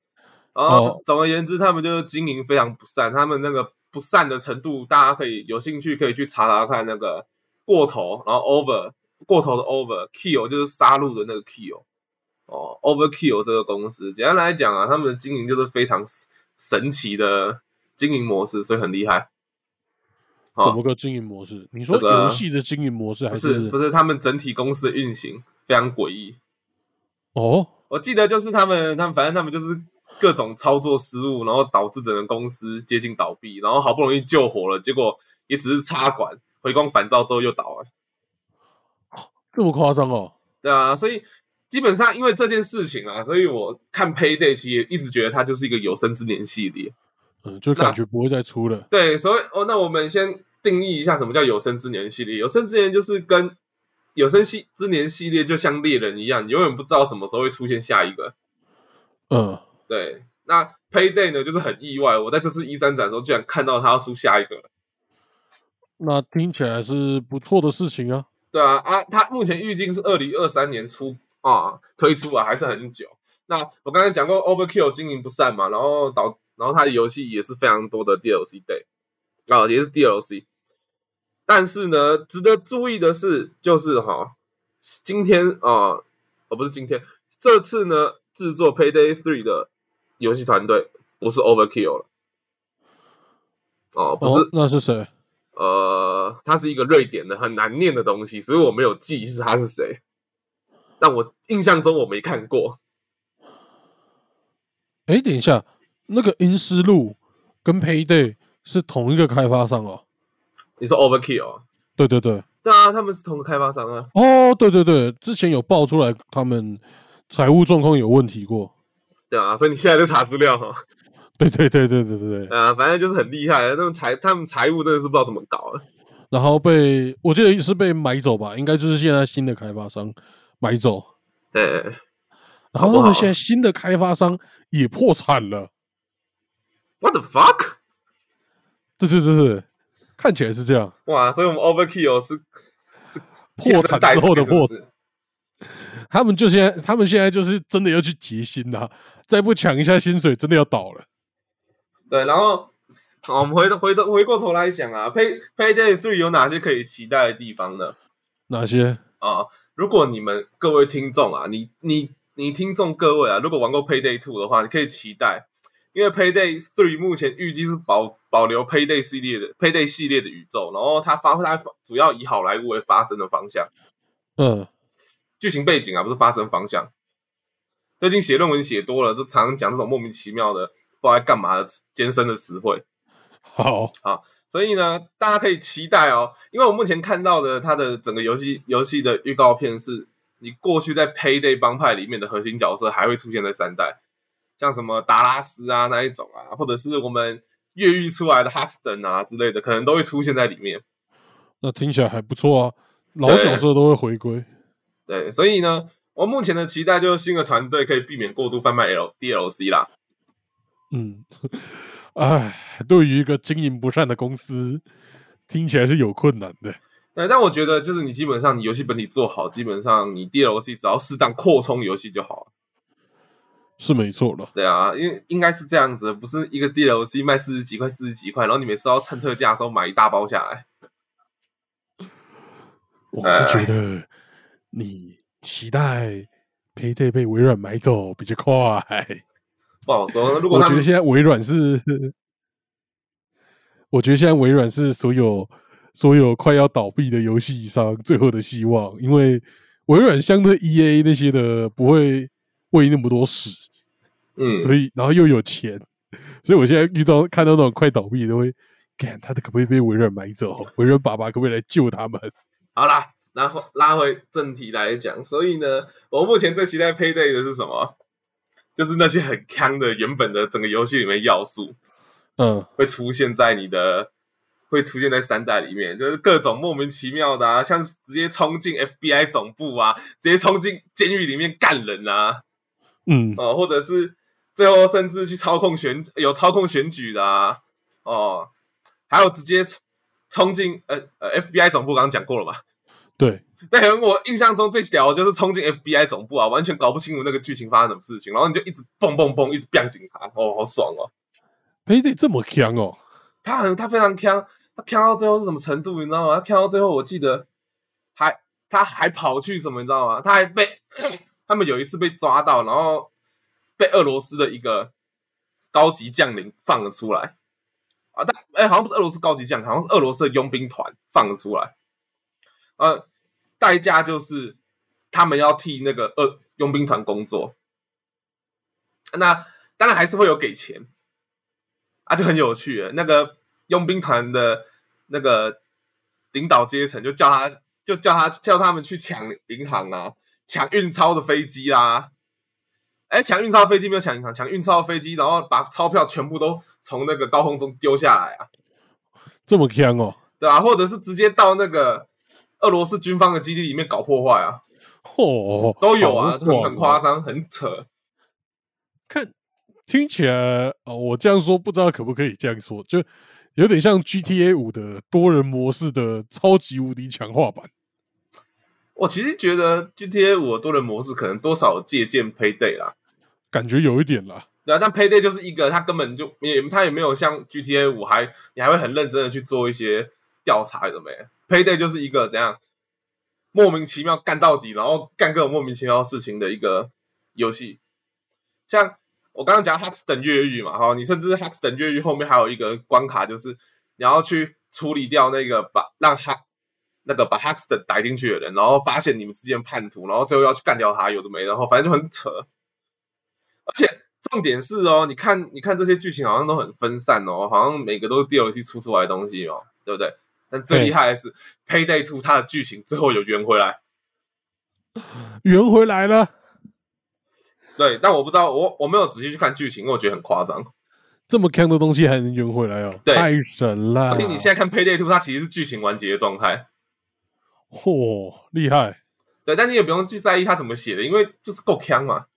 然后哦总而言之，他们就是经营非常不善，他们那个不善的程度，大家可以有兴趣可以去查查看那个过头，然后 over 过头的 over kill 就是杀戮的那个 kill 哦，overkill 这个公司，简单来讲啊，他们的经营就是非常神神奇的经营模式，所以很厉害。什哦么，个经营模式？你说这个游戏的经营模式还不是不是，他们整体公司的运行非常诡异，哦？我记得就是他们，他们反正他们就是各种操作失误，然后导致整个公司接近倒闭，然后好不容易救活了，结果也只是插管，回光返照之后又倒了。这么夸张哦？对啊，所以基本上因为这件事情啊，所以我看 Payday 其实也一直觉得它就是一个有生之年系列。嗯，就感觉不会再出了。对，所以哦，那我们先定义一下什么叫有生之年系列。有生之年就是跟有生系之年系列就像猎人一样，你永远不知道什么时候会出现下一个。嗯，对，那 Payday 呢，就是很意外，我在这次一三展的时候，居然看到他要出下一个了。那听起来是不错的事情啊。对啊，啊，他目前预计是二零二三年出啊推出啊，还是很久。那我刚才讲过，Overkill 经营不善嘛，然后导，然后他的游戏也是非常多的 DLC day 啊，也是 DLC。但是呢，值得注意的是，就是哈、今天啊，哦不是今天，这次呢制作 Payday Three 的游戏团队不是 Overkill 了，哦，不是哦，那是谁？呃，它是一个瑞典的很难念的东西，所以我没有记是他是谁。但我印象中我没看过，哎，等一下，那个《阴尸路》跟《Payday》是同一个开发商哦。你说 Overkill？啊对对对，对啊，他们是同个开发商啊。哦，对对对，之前有爆出来他们财务状况有问题过。对啊，所以你现在在查资料哈、对对对对对对对，啊，反正就是很厉害，他们财他们财务真的是不知道怎么搞的。然后被我记得是被买走吧，应该就是现在新的开发商买走，哎，然好后不他好啊们现在新的开发商也破产了。 what the fuck？对对对对，看起来是这样，哇，所以我们 Overkill 是是破产之后的是破不是他们就现在他们现在就是真的要去结薪啦、再不抢一下薪水，真的要倒了。对，然后。好，我们回头回头回过头来讲啊，Pay Payday Three 有哪些可以期待的地方呢？哪些？啊、如果你们各位听众啊，你你你听众各位啊，如果玩过 Payday Two 的话，你可以期待，因为 Payday Three 目前预计是保保留 Payday 系列的 Payday 系列的宇宙，然后它发它主要以好莱坞为发生的方向，嗯，剧情背景啊，不是发生方向。最近写论文写多了，就常常讲这种莫名其妙的不知道在干嘛的艰深的词汇。好，所以呢，大家可以期待哦，因为我目前看到的它的整个游戏游戏的预告片是，你过去在 Payday 帮派里面的核心角色还会出现在三代，像什么达拉斯啊那一种啊，或者是我们越狱出来的 Huston 啊之类的，可能都会出现在里面。那听起来还不错啊，老角色都会回归。对，所以呢，我目前的期待就是新的团队可以避免过度贩卖 L DLC 啦。嗯， *laughs* 唉，对于一个经营不善的公司，听起来是有困难的。对，但我觉得就是你基本上你游戏本体做好，基本上你 DLC 只要适当扩充游戏就好了。是没错了，对啊，因为应该是这样子，不是一个 DLC 卖四十几块、四十几块，然后你每次要趁特价的时候买一大包下来。我是觉得你期待 Payday 被微软买走比较快。不好说，如果我他觉得们现在微软是，我觉得现在微软是所有所有快要倒闭的游戏商最后的希望，因为微软相对 E A 那些的不会喂那么多屎，嗯，所以然后又有钱，所以我现在遇到看到那种快倒闭的都会。干他的可不可以被微软买走？微软爸爸可不可以来救 *laughs* 他们？好啦，然后拉回正题来讲，所以呢，我目前最期待 Payday 的是什么？就是那些很坑的原本的整个游戏里面要素嗯，会出现在你的，会出现在三代里面，就是各种莫名其妙的啊，像直接冲进 FBI 总部啊，直接冲进监狱里面干人啊，嗯，哦，或者是最后甚至去操控选有操控选举的啊，哦，还有直接冲进呃呃 FBI 总部，刚刚讲过了嘛？对，对，我印象中最屌的就是冲进 FBI 总部啊，完全搞不清楚那个剧情发生什么事情，然后你就一直蹦蹦蹦，一直变警察，哦，好爽哦！佩蒂这么强哦，他很他非常强，他强到最后是什么程度，你知道吗？他强到最后，我记得还他还跑去什么，你知道吗？他还被 *clears throat* 他们有一次被抓到，然后被俄罗斯的一个高级将领放了出来啊，但哎、好像不是俄罗斯高级将，好像是俄罗斯的佣兵团放了出来，呃，代价就是他们要替那个呃佣兵团工作，那当然还是会有给钱，啊，就很有趣了。那个佣兵团的那个领导阶层就叫他，就叫他叫他们去抢银行啊，抢运钞的飞机啦、啊。哎，抢运钞飞机没有抢银行，抢运钞飞机，然后把钞票全部都从那个高空中丢下来啊，这么强哦，对吧、或者是直接到那个俄罗斯军方的基地里面搞破坏啊，嚯，都有啊，好很很夸爽哦。张，很扯。看，听起来哦，我这样说不知道可不可以这样说，就有点像 GTA 五的多人模式的超级无敌强化版。我其实觉得 GTA 五的多人模式可能多少有借鉴 Payday 啦，感觉有一点啦。对啊，但 Payday 就是一个，他根本就也他也没有像 GTA 五还你还会很认真的去做一些调查，有没？Payday 就是一个怎样莫名其妙干到底，然后干各种莫名其妙的事情的一个游戏。像我刚刚讲 Huxton 越狱嘛，哈，你甚至 Huxton 越狱后面还有一个关卡，就是你要去处理掉那个把让哈那个把 Huxton 逮进去的人，然后发现你们之间叛徒，然后最后要去干掉他，有的没的，然后反正就很扯。而且重点是哦，你看，你看这些剧情好像都很分散哦，好像每个都是 DLC 出出来的东西哦，对不对？但最厉害的是《Payday Two》，它的剧情最后有圆回来。圆回来了，对，但我不知道，我我没有仔细去看剧情，因为我觉得很夸张。这么强的东西还能圆回来哦，对太神了！所以你现在看《Payday Two》，它其实是剧情完结的状态。嚯、厉害，对，但你也不用去在意它怎么写的，因为就是够强嘛。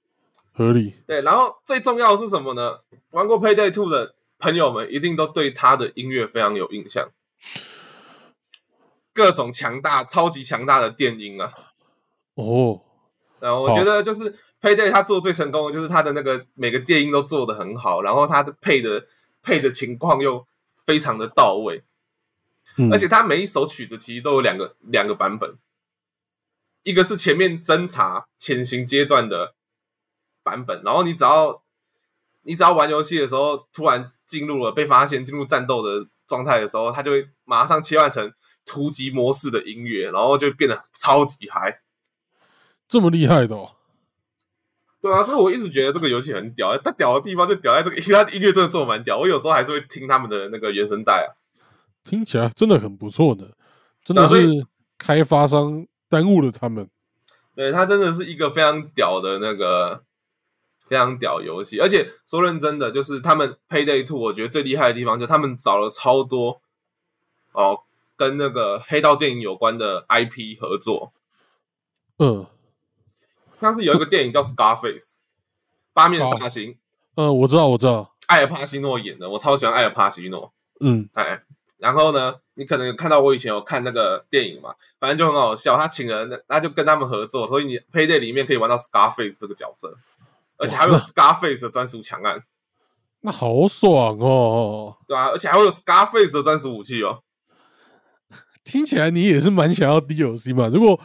合理，对，然后最重要的是什么呢？玩过《Payday Two》的朋友们一定都对他的音乐非常有印象，各种强大、超级强大的电音啊。哦，然后我觉得就是 Payday 他做最成功的就是他的那个每个电音都做的很好，然后他的配的配的情况又非常的到位，嗯而且他每一首曲子其实都有两个两个版本，一个是前面侦查潜行阶段的版本，然后你只要你只要玩游戏的时候突然进入了被发现进入战斗的状态的时候，它就会马上切换成突击模式的音乐，然后就变得超级嗨。这么厉害的、哦，对啊，所以我一直觉得这个游戏很屌，它屌的地方就屌在这个，因为它的音乐真的做得蛮屌。我有时候还是会听他们的那个原声带啊。听起来真的很不错呢，真的然是后开发商耽误了他们。对，它真的是一个非常屌的那个非常屌游戏，而且说认真的，就是他们 Payday Two，我觉得最厉害的地方就是他们找了超多哦跟那个黑道电影有关的 IP 合作，嗯，像是有一个电影叫 Scarface，八面煞星，呃，我知道，我知道，艾尔帕西诺演的，我超喜欢艾尔帕西诺。嗯，哎，然后呢，你可能有看到我以前有看那个电影嘛，反正就很好笑。他请了那，他就跟他们合作，所以你 Payday 里面可以玩到 Scarface 这个角色，而且还有哇 Scarface 的专属强案，那好爽哦，对吧、而且还会有 Scarface 的专属武器哦。听起来你也是蛮想要 DLC 嘛？如果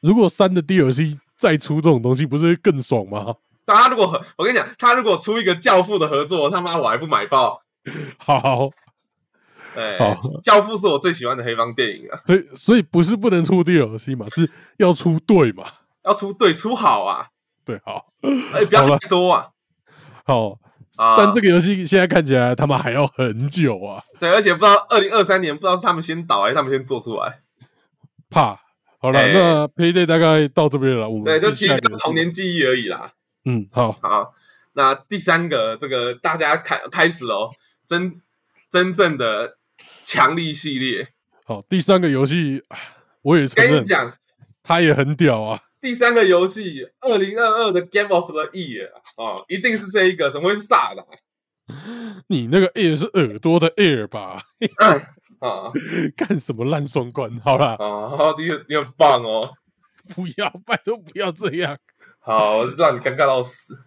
如果三的 DLC 再出这种东西，不是更爽吗？ *laughs* 但他如果我跟你讲，他如果出一个教父的合作，他妈我还不买爆。好，哎好，教父是我最喜欢的黑帮电影啊，所以所以不是不能出 DLC 嘛，是要出对嘛？要出对出好啊，对，好，哎，不要好了太多啊。好。啊但这个游戏现在看起来他妈还要很久啊，对，而且不知道二零二三年不知道是他们先倒还是他们先做出来。怕。好了，哎那 Payday 大概到这边了，我们对，就继其续下实一个就是童年记忆而已啦。嗯，好，好，那第三个，这个大家开开始喽，真真正的强力系列。好，第三个游戏啊我也承跟你认，讲，他也很屌啊，第三个游戏，二零二二的 Game of the Year 哦，一定是这一个，怎么会是萨达 *coughs* 你那个 air 是耳朵的 air 吧？啊？干什么烂双关？好啦，哦，你很你很棒哦， *laughs* 不要，拜托不要这样。好，让你尴尬到死。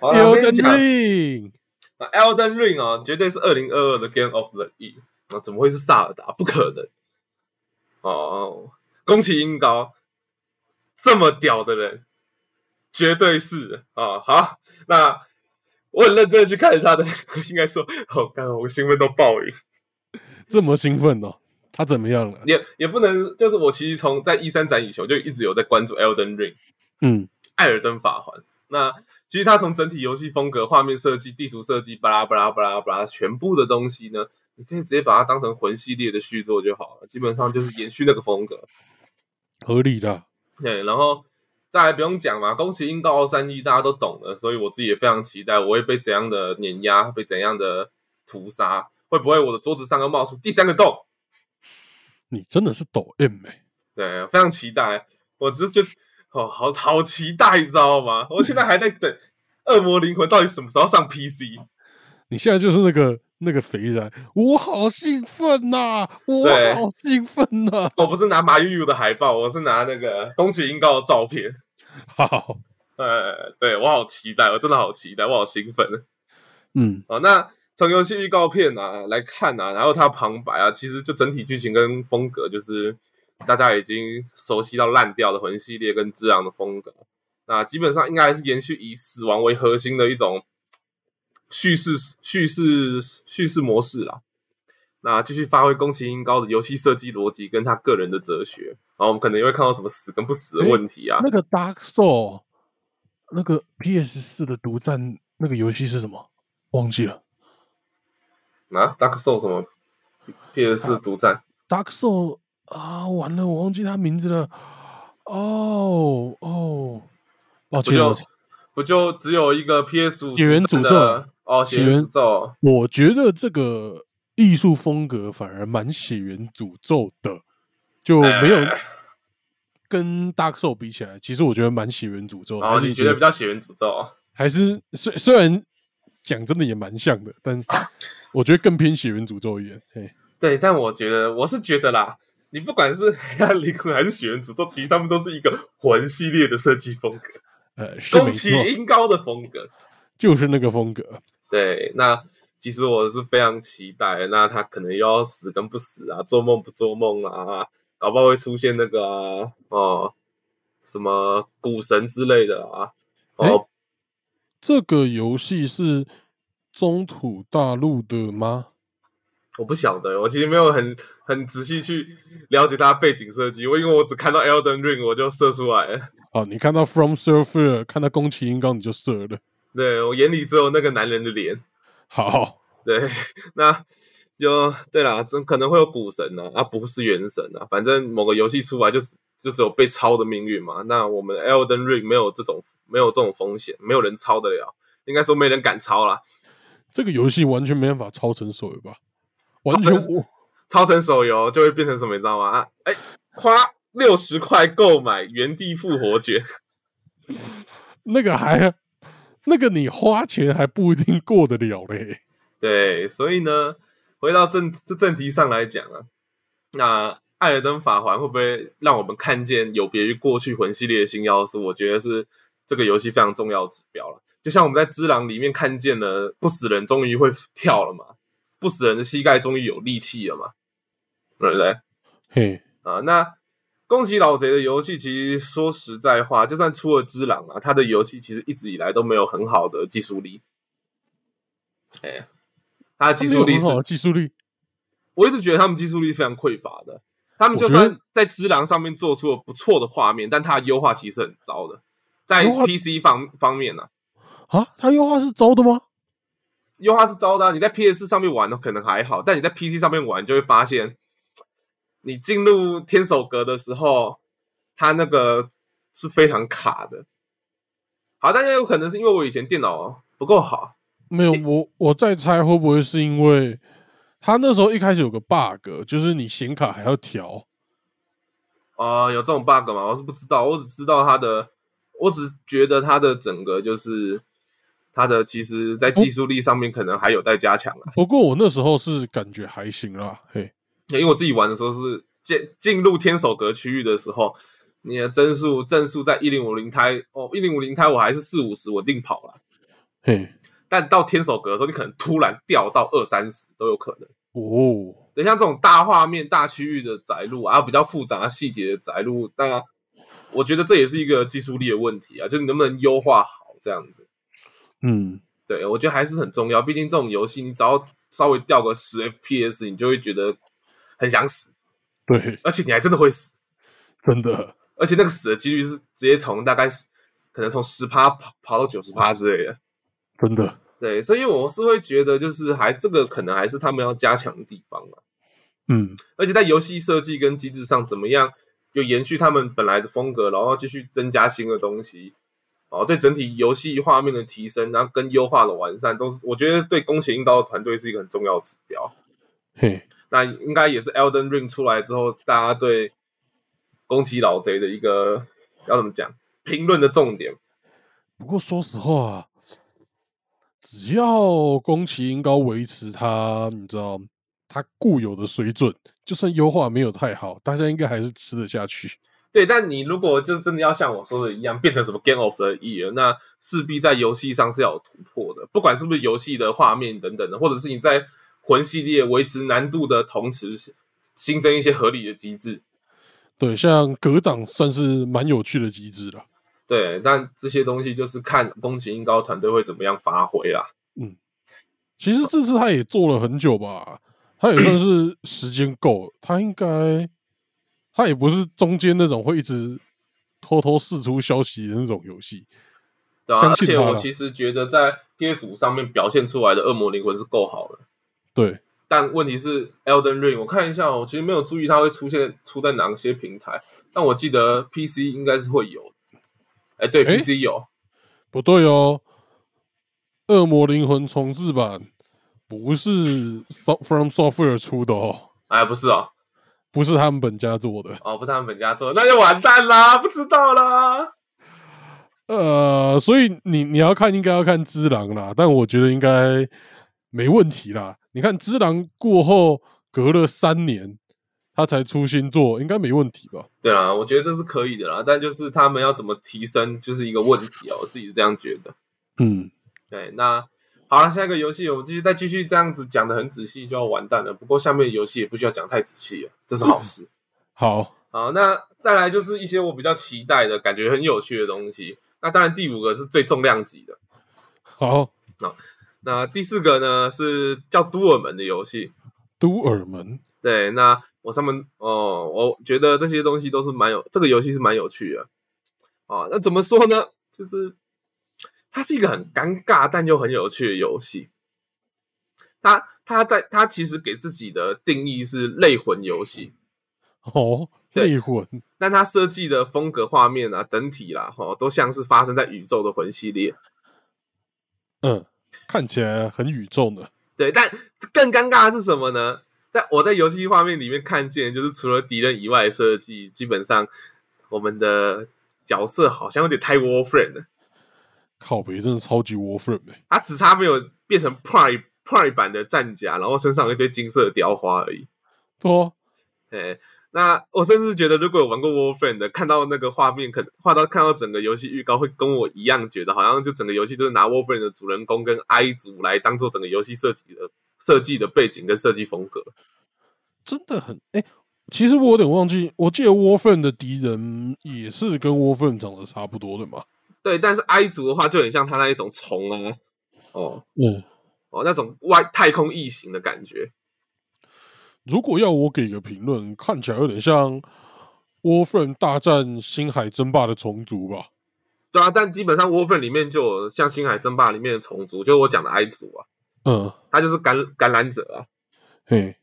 好了，我跟 Elden 你讲 Ring，那 Elden Ring 啊，绝对是二零二二的 Game of the Year，那怎么会是萨尔达？不可能！哦，宫崎英高这么屌的人，绝对是啊、好，那我很认真的去看了他的， *laughs* 应该说，好、哦，刚刚我兴奋到爆音。这么兴奋哦，他怎么样了？也也不能，就是我其实从在 E 一三展以前我就一直有在关注 Elden Ring。嗯， 《艾尔登法环》。那其实它从整体游戏风格、画面设计、地图设计，巴拉巴拉巴拉巴拉，全部的东西呢，你可以直接把它当成魂系列的续作就好了，基本上就是延续那个风格。合理的。对，然后再来不用讲嘛，宫崎英高三一大家都懂了，所以我自己也非常期待，我会被怎样的碾压，被怎样的屠杀，会不会我的桌子上又冒出第三个洞？你真的是抖 M 哎、对，非常期待。我只是就哦，好好期待，你知道吗？我现在还在等《恶魔灵魂》到底什么时候上 PC。你现在就是那个那个肥宅，我好兴奋呐、我对好兴奋呐、我不是拿马悠悠的海报，我是拿那个宫崎英高的照片。好，呃，对我好期待，我真的好期待，我好兴奋嗯，啊！那从游戏预告片啊来看啊，然后它旁白啊，其实就整体剧情跟风格就是大家已经熟悉到烂掉的魂系列跟之昂的风格。那基本上应该还是延续以死亡为核心的一种叙事叙事叙事模式啦。那继续发挥宫崎英高的游戏设计逻辑跟他个人的哲学，然后我们可能也会看到什么死跟不死的问题啊。那个 Dark Soul，那个 PS 四的独占那个游戏是什么？忘记了。啊，Dark Soul 什么 PS 独占 Dark Soul 啊，完了，我忘记他名字了。哦哦，抱不歉，就我不就只有一个 PS 五血缘诅咒哦，血缘诅咒我觉得这个艺术风格反而蛮血缘诅咒的，就没有哎跟 Dark Soul 比起来，其实我觉得蛮血缘诅咒的。然后还是哦你觉得比比较较血缘诅咒啊？还是虽虽然讲真的也蛮像的，但我觉得更偏血缘诅咒一点。嘿，对，但我觉得我是觉得啦，你不管是 *laughs* 黑暗灵魂还是血缘诅咒，其实他们都是一个魂系列的设计风格，呃，是宫没崎错，英高的风格。就是那个风格。对，那其实我是非常期待，那他可能又要死跟不死啊，做梦不做梦啊，搞不好会出现那个啊哦、什么股神之类的啊，哦诶这个游戏是中土大陆的吗？我不晓得，我其实没有很很仔细去了解它的背景设计，我因为我只看到 Elden Ring 我就射出来了，啊，你看到 From Software，看到宫崎英高你就射了。对我眼里只有那个男人的脸。好，对， *laughs* 那就对啦，真可能会有股神啊，啊不是原神啊，反正某个游戏出来就就只有被抄的命运嘛。那我们 Elden Ring 没有这种没有这种风险，没有人抄得了，应该说没人敢抄啦。这个游戏完全没办法超成手游吧？完全超成我抄成手游就会变成什么，你知道吗？啊，哎，花六十块购买原地复活卷，那个还那个你花钱还不一定过得了嘞。对，所以呢，回到正这正题上来讲啊，那《艾尔登法环》会不会让我们看见有别于过去魂系列的新要素？我觉得是这个游戏非常重要的指标了。就像我们在《只狼》里面看见了不死人终于会跳了嘛，不死人的膝盖终于有力气了嘛，对不对？嘿，啊，那宫崎老贼的游戏其实说实在话，就算出了《只狼》啊，他的游戏其实一直以来都没有很好的技术力。哎，他的技它没术有力很是好，的技术力我一直觉得他们技术力非常匮乏的。他们就我觉得算在《只狼》上面做出了不错的画面，但它的优化其实很糟的。在优化 PC 方方面呢、啊，啊，它优化是糟的吗？优化是糟的啊、你在 PS 上面玩可能还好，但你在 PC 上面玩，就会发现，你进入天守阁的时候，它那个是非常卡的。好，但也有可能是因为我以前电脑不够好，没有，我我在猜会不会是因为它那时候一开始有个 bug，就是你显卡还要调，啊、有这种 bug 吗？我是不知道，我只知道它的，我只觉得它的整个就是它的，其实在技术力上面可能还有待加强啊。不过我那时候是感觉还行啦，嘿，因为我自己玩的时候是进进入天守阁区域的时候，你的帧数帧数在一零五零胎哦，一零五零胎我还是四五十稳定跑了，嘿，但到天守阁的时候，你可能突然掉到二三十都有可能。哦，等像这种大画面、大区域的窄路啊，比较复杂细节的窄路，那我觉得这也是一个技术力的问题啊，就是你能不能优化好这样子。嗯，对我觉得还是很重要，毕竟这种游戏你只要稍微掉个十 FPS，你就会觉得很想死，对，而且你还真的会死，真的，而且那个死的几率是直接从大概可能从十趴跑跑到九十趴之类的。真的，对，所以我是会觉得，就是还这个可能还是他们要加强的地方啊。嗯，而且在游戏设计跟机制上怎么样，有延续他们本来的风格，然后继续增加新的东西，哦，对整体游戏画面的提升，然后跟优化的完善，都是我觉得对宫崎英刀的团队是一个很重要的指标。嘿，那应该也是 Elden Ring 出来之后，大家对宫崎老贼的一个要怎么讲评论的重点。不过说实话，只要宫崎英高维持他，你知道他固有的水准，就算优化没有太好，大家应该还是吃得下去。对，但你如果就是真的要像我说的一样，变成什么 Game of the Year，那势必在游戏上是要有突破的，不管是不是游戏的画面等等的，或者是你在魂系列维持难度的同时，新增一些合理的机制。对，像格挡算是蛮有趣的机制了。对，但这些东西就是看宫崎英高团队会怎么样发挥啦。其实这次他也做了很久吧，他也算是时间够，他应该他也不是中间那种会一直偷偷试出消息的那种游戏。对啊，相而信且他我啦其实觉得在 PS 五上面表现出来的《恶魔灵魂》是够好的，对，但问题是《Elden Ring》，我看一下哦，我其实没有注意它会出现出在哪些平台，但我记得 PC 应该是会有的。哎，对诶，PC 有，不对哦，《恶魔灵魂》重置版不是 So- From Software 出的哦，哎，不是哦，不是他们本家做的。哦，不是他们本家做的，那就完蛋啦，不知道啦。呃，所以你你要看，应该要看《只狼》啦，但我觉得应该没问题啦。你看《只狼》过后隔了三年，他才出新作，应该没问题吧？对啦，我觉得这是可以的啦，但就是他们要怎么提升，就是一个问题哦，我自己是这样觉得。嗯，对，那好了，下一个游戏我们继续再继续这样子讲的很仔细就要完蛋了。不过下面的游戏也不需要讲太仔细了，这是好事。好，好，那再来就是一些我比较期待的感觉很有趣的东西。那当然第五个是最重量级的，好，那第四个呢是叫《都尔门》的游戏。都尔门，对，那我上面哦，我觉得这些东西都是蛮有，这个游戏是蛮有趣的。啊，那怎么说呢？就是它是一个很尴尬但又很有趣的游戏。它它在它其实给自己的定义是类魂游戏，哦，对内魂，但它设计的风格、画面啊、整体啦，哈、都像是发生在宇宙的魂系列。嗯，看起来很宇宙呢。对，但更尴尬的是什么呢？在我在游戏画面里面看见，就是除了敌人以外的设计，基本上我们的角色好像有点太 Warframe 了，啊靠北真的超级 Warframe 欸他只差没有变成 Prime Prime 版的战甲，然后身上有一堆金色的雕花而已。对啊，哎，那我甚至觉得，如果有玩过 Warframe 的，看到那个画面，可能画到看到整个游戏预告，会跟我一样觉得，好像就整个游戏就是拿 Warframe 的主人公跟 I 族来当做整个游戏设计的设计的背景跟设计风格。真的很哎、其实我有点忘记，我记得 Warframe 的敌人也是跟 Warframe 长得差不多的嘛。对，但是 I 族的话就很像他那一种虫啊，哦嗯，哦，那种外太空异形的感觉。如果要我给个评论，看起来有点像《Warframe 大战星海争霸》的重组吧？对啊，但基本上 Warframe 里面就有像《星海争霸》里面的虫族，就是我讲的 I 族啊，嗯，他就是感感染者啊。嘿，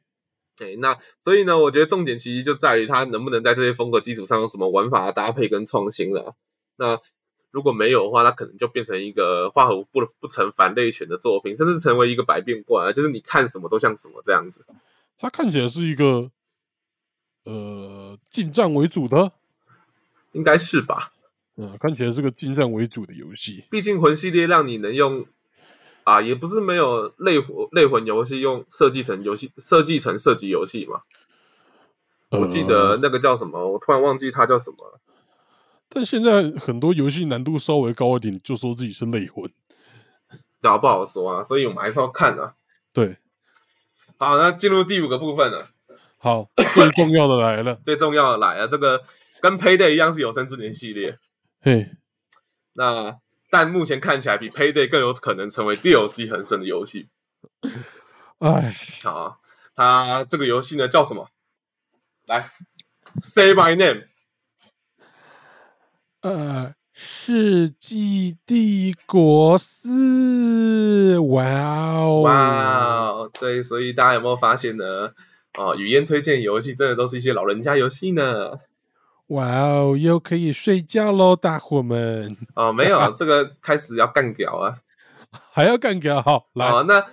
对，那所以呢，我觉得重点其实就在于他能不能在这些风格基础上有什么玩法的搭配跟创新了、那如果没有的话，它可能就变成一个化合物不不成反类犬的作品，甚至成为一个百变怪啊，就是你看什么都像什么这样子。它看起来是一个呃近战为主的，应该是吧？嗯、看起来是个近战为主的游戏。毕竟魂系列让你能用啊，也不是没有类魂类魂游戏用设计成游戏设计成射击游戏嘛。我记得呃，那个叫什么，我突然忘记它叫什么了。但现在很多游戏难度稍微高一点，就说自己是类魂。讲不好说啊，所以我们还是要看啊。对，好，那进入第五个部分了，好，最重要的来了，最重要的来了，啊这个跟 Payday 一样是有生之年系列，嘿，那但目前看起来比 Payday 更有可能成为 DLC 很深的游戏。哎，好啊，它这个游戏呢叫什么？来，Say My Name，呃，世纪帝国四，哇哦，哇、哦，对，所以大家有没有发现呢？哦，语言推荐游戏真的都是一些老人家游戏呢。哇哦，又可以睡觉喽，大伙们，哦，没有，这个开始要干屌啊！还要干掉好来，好，那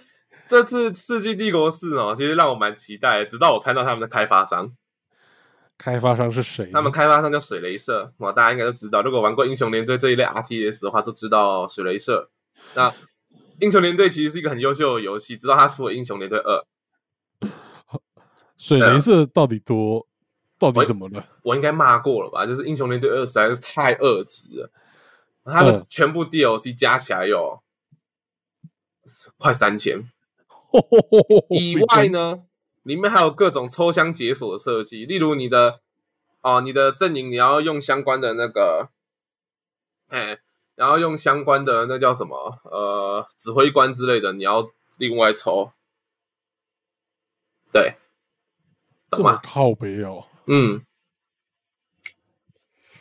这次《世纪帝国四》哦，其实让我蛮期待的，直到我看到他们的开发商，开发商是谁呢？他们开发商叫水雷社，哇，大家应该都知道，如果玩过英雄联队这一类 RTS 的话，都知道水雷社。那英雄联队其实是一个很优秀的游戏，直到他出了英雄联队二，水呃雷社到底多，到底喂怎么了？我应该骂过了吧？就是英雄联队二实在是太二级了，它的嗯全部 DLC 加起来有快三千，以 *laughs* 外呢，里面还有各种抽象解锁的设计，例如你的哦，你的阵营你要用相关的那个，哎，然后用相关的那叫什么呃指挥官之类的，你要另外抽。对，这懂么吗？靠北哦，嗯，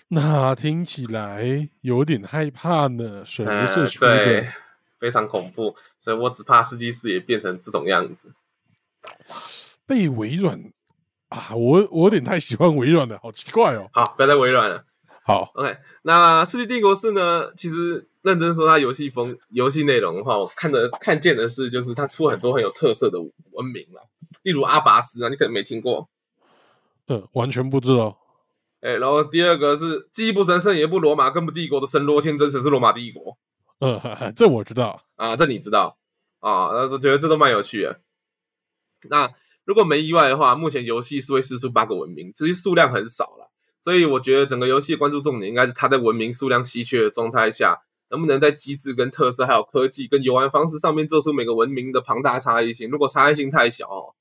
那听起来有点害怕呢。水雷哎社出对的，，非常恐怖，所以我只怕司机四也变成这种样子。被微软啊，我我有点太喜欢微软了，好奇怪哦。好，不要再微软了。好， OK，那《世纪帝国四》呢？其实认真说，它游戏风、游戏内容的话，我看的看见的是，就是它出很多很有特色的文明啦，例如阿拔斯啊，你可能没听过。嗯，完全不知道。哎，然后第二个是既不神圣也不罗马，更不帝国的神罗天真，神是罗马帝国呃，这我知道。啊，这你知道啊？那我觉得这都蛮有趣的。那如果没意外的话，目前游戏是会试出八个文明，其实数量很少了，所以我觉得整个游戏的关注重点应该是它在文明数量稀缺的状态下，能不能在机制、跟特色、还有科技、跟游玩方式上面做出每个文明的庞大差异性。如果差异性太小哦，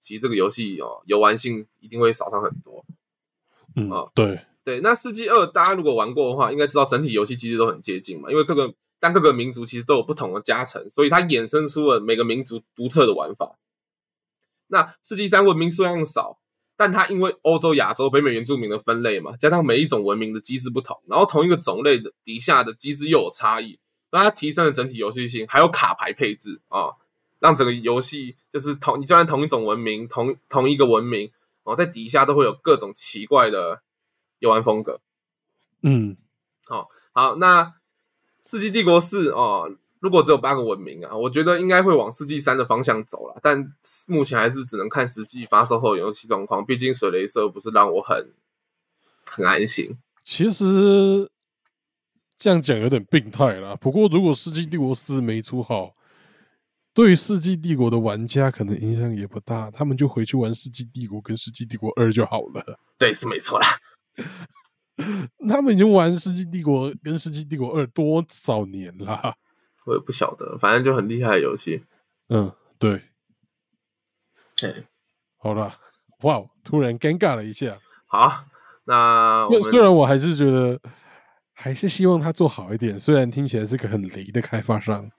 其实这个游戏哦游玩性一定会少上很多。嗯，哦对，对，那《世纪二》大家如果玩过的话，应该知道整体游戏机制都很接近嘛，因为各个但各个民族其实都有不同的加成，所以它衍生出了每个民族独特的玩法。那《世纪三》文明数量少，但它因为欧洲、亚洲、北美原住民的分类嘛，加上每一种文明的机制不同，然后同一个种类的底下的机制又有差异，让它提升了整体游戏性，还有卡牌配置啊、让整个游戏就是同你就算同一种文明、同同一个文明哦，在底下都会有各种奇怪的游玩风格。嗯，好，那《世纪帝国四》哦，如果只有八个文明啊，我觉得应该会往《世纪三》的方向走了，但目前还是只能看实际发售后的游戏状况，毕竟水雷射不是让我很很安心。其实这样讲有点病态啦。不过，如果《世纪帝国四》没出好，对《世纪帝国》的玩家可能影响也不大，他们就回去玩《世纪帝国》跟《世纪帝国二》就好了。 *laughs* 对，是没错啦。他们已经玩《世纪帝国》跟《世纪帝国二》多少年啦？我也不晓得，反正就很厉害的游戏。嗯，对，哎，好啦，哇，哦突然尴尬了一下。好，那我虽虽们然我还是觉得，还是希望他做好一点。虽然听起来是个很雷的开发商。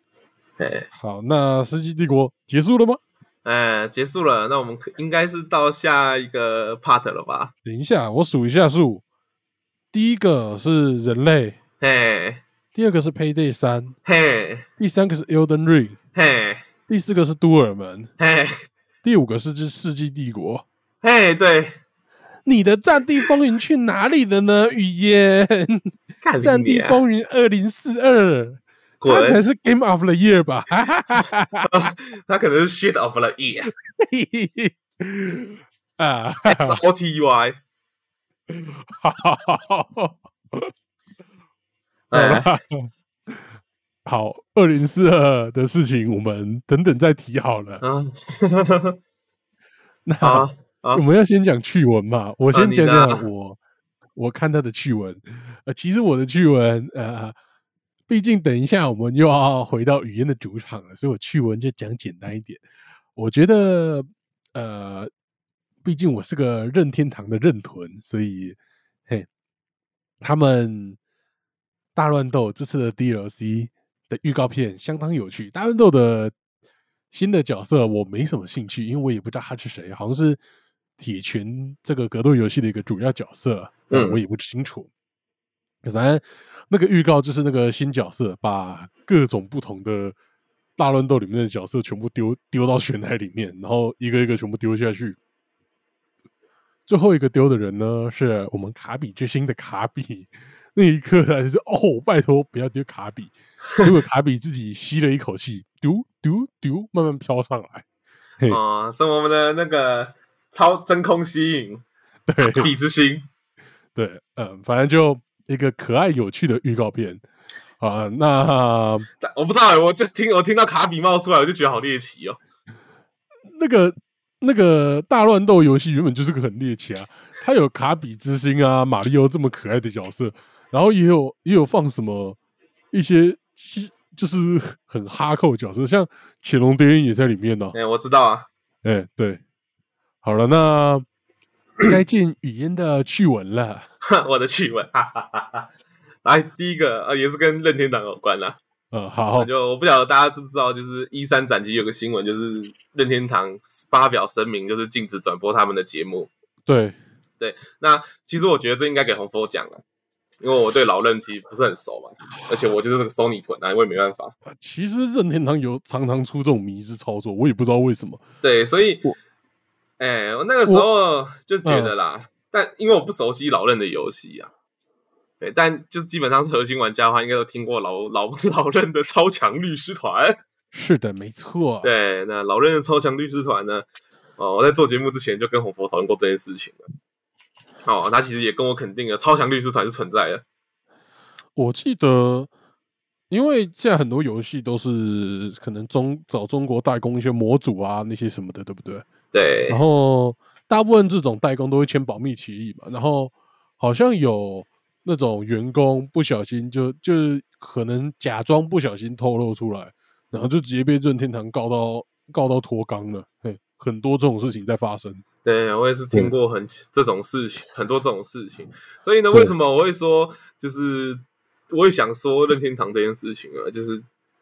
哎好，那《世纪帝国》结束了吗？哎结束了，那我们可应该是到下一个 part 了吧？等一下，我数一下数。第一个是人类，嘿第二个是 Payday 三，嘿第三个是 Elden Ring，嘿第四个是都尔门，嘿第五个是这世纪帝国。嘿，对，你的《战地风云》去哪里了呢？语嫣，《看战你地啊风云二零四二》，它才滚！是 Game of the Year 吧？ *laughs* 哈哈哈哈 *laughs* 他可能是 shit of the year。嘿嘿嘿啊， X O T *laughs* Y。好， *laughs* 哎，好，二零四二的事情我们等等再提好了。嗯，那、好，啊我们要先讲趣闻嘛，我啊先你讲的讲我我看他的趣闻。呃，其实我的趣闻，呃，毕竟等一下我们又要回到语言的主场了，所以我趣闻就讲简单一点。我觉得，呃，毕竟我是个任天堂的任豚，所以嘿，他们大乱斗这次的 DLC 的预告片相当有趣。大乱斗的新的角色我没什么兴趣，因为我也不知道他是谁，好像是铁拳这个格斗游戏的一个主要角色，嗯我也不清楚。反正那个预告就是那个新角色把各种不同的大乱斗里面的角色全部丢丢到悬崖里面，然后一个一个全部丢下去。最后一个丢的人呢，是我们卡比之星的卡比。那一刻他就是哦，拜托不要丢卡比。结果卡比自己吸了一口气，丢丢丢，慢慢飘上来。嘿哦，是我们的那个超真空吸 *laughs* 引对比之星。对，嗯、反正就一个可爱有趣的预告片啊、那但我不知道，我就听我听到卡比冒出来，我就觉得好猎奇哦。那个那个大乱斗游戏原本就是个很猎奇啊，它有卡比之星啊、马里奥这么可爱的角色，然后也有也有放什么一些其就是很哈扣的角色，像潜龙谍影也在里面呢、哎，我知道啊，哎、对，好了，那该进语音的趣闻了。我的趣闻，哈哈哈哈。来，第一个啊，呃也是跟任天堂有关啦。嗯，好，就我不晓得大家知不知道，就是一三展期有个新闻，就是任天堂发表声明，就是禁止转播他们的节目。对，那其实我觉得这应该给红佛讲了，因为我对老任其实不是很熟嘛，而且我就是个 Sony 臀啊，我也没办法。呃其实任天堂有常常出这种迷之操作，我也不知道为什么。对，所以我，哎、我那个时候就觉得啦，但因为我不熟悉老任的游戏啊，对，但就是基本上是核心玩家的话，应该都听过老老 *laughs* 老任的超强律师团。是的，没错。对，那老任的超强律师团呢？哦，我在做节目之前就跟红佛讨论过这件事情了。哦，他其实也跟我肯定了，超强律师团是存在的。我记得，因为现在很多游戏都是可能中找中国代工一些模组啊那些什么的，对不对？对然，后大部分这种代工都会签保密协议嘛，然后好像有那种员工不小心就就是可能假装不小心透露出来，然后就直接被任天堂告到告到脱肛了，嘿，很多这种事情在发生。对我也是嗯听过很这种事情，很多这种事情。所以呢，对为什么我会说，就是我也想说任天堂这件事情啊，就是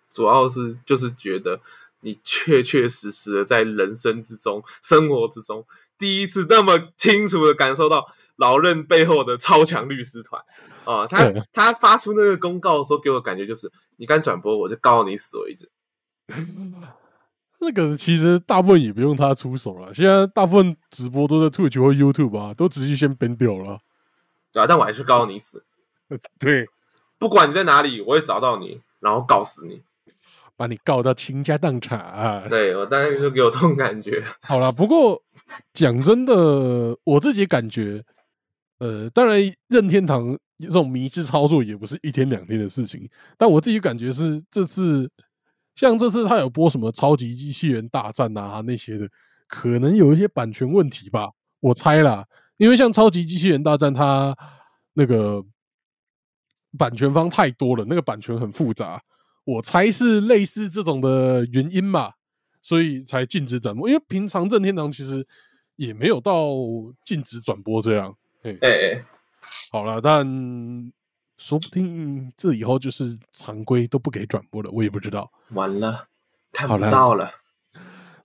主要是就是觉得你确确实实的在人生之中、生活之中，第一次那么清楚的感受到老任背后的超强律师团啊、他对他发出那个公告的时候，给我感觉就是，你敢转播，我就告你死为止。那个其实大部分也不用他出手了，现在大部分直播都在 Twitch 或 YouTube 啊，都直接先 ban 掉了。对啊，但我还是告你死， *laughs* 对，不管你在哪里，我会找到你，然后告死你。把你告到倾家荡产、*laughs* 啊。对我当然就给我这种感觉，好啦，不过讲真的，我自己感觉，呃，当然任天堂这种迷之操作也不是一天两天的事情，但我自己感觉是这次，像这次他有播什么超级机器人大战啊那些的，可能有一些版权问题吧，我猜啦，因为像超级机器人大战它那个版权方太多了，那个版权很复杂，我猜是类似这种的原因嘛。所以才禁止转播。因为平常任天堂其实也没有到禁止转播这样。 *laughs* 哎、哎好了，但说不定这以后就是常规都不给转播了，我也不知道。完了，看好不了到了，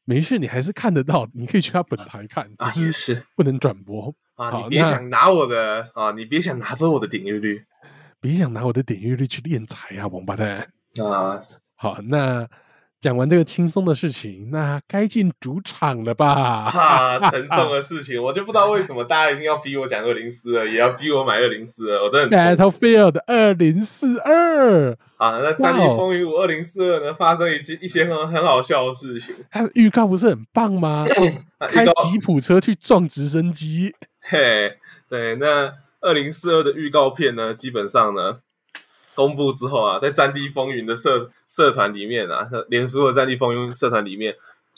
没事，你还是看得到，你可以去他本台看，啊，也只是是不能转播。啊，好你别那想拿我的啊，你别想拿走我的点阅率 *laughs* 别想拿我的点阅率去敛财啊，王八蛋！啊，好，那讲完这个轻松的事情，那该进主场了吧？啊，沉重的事情，我就不知道为什么大家一定要逼我讲二零四二，也要逼我买二零四二，我真的很 Battlefield 二零四二，啊，那《战地风云五二零四二》呢，发生一件一些很很好笑的事情。啊它哎的预告不是很棒吗？那开预告，吉普车去撞直升机， *laughs* 嘿，对，那二零四二的预告片呢，基本上呢，公布之后啊，在《战地风云》的社社团里面啊，连书的《战地风云》社团里面，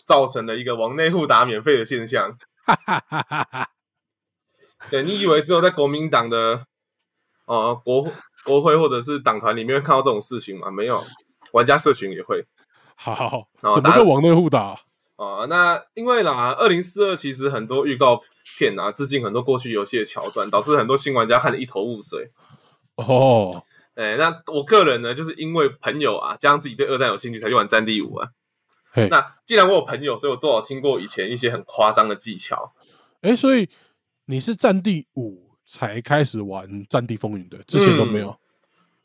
造成了一个往内互打免费的现象。哈哈哈哈哈！对你以为只有在国民党的呃国国会或者是党团里面会看到这种事情吗？没有，玩家社群也会。好，哦怎么打个往内互打？啊、那因为啦，二零四二其实很多预告片啊，致敬很多过去游戏的桥段，导致很多新玩家看得一头雾水。哦，哎，那我个人呢，就是因为朋友啊，加上自己对二战有兴趣，才去玩《战地五》啊。嘿，那既然我有朋友，所以我多少听过以前一些很夸张的技巧。哎，所以你是《战地五》才开始玩《战地风云》的，之前都没有。嗯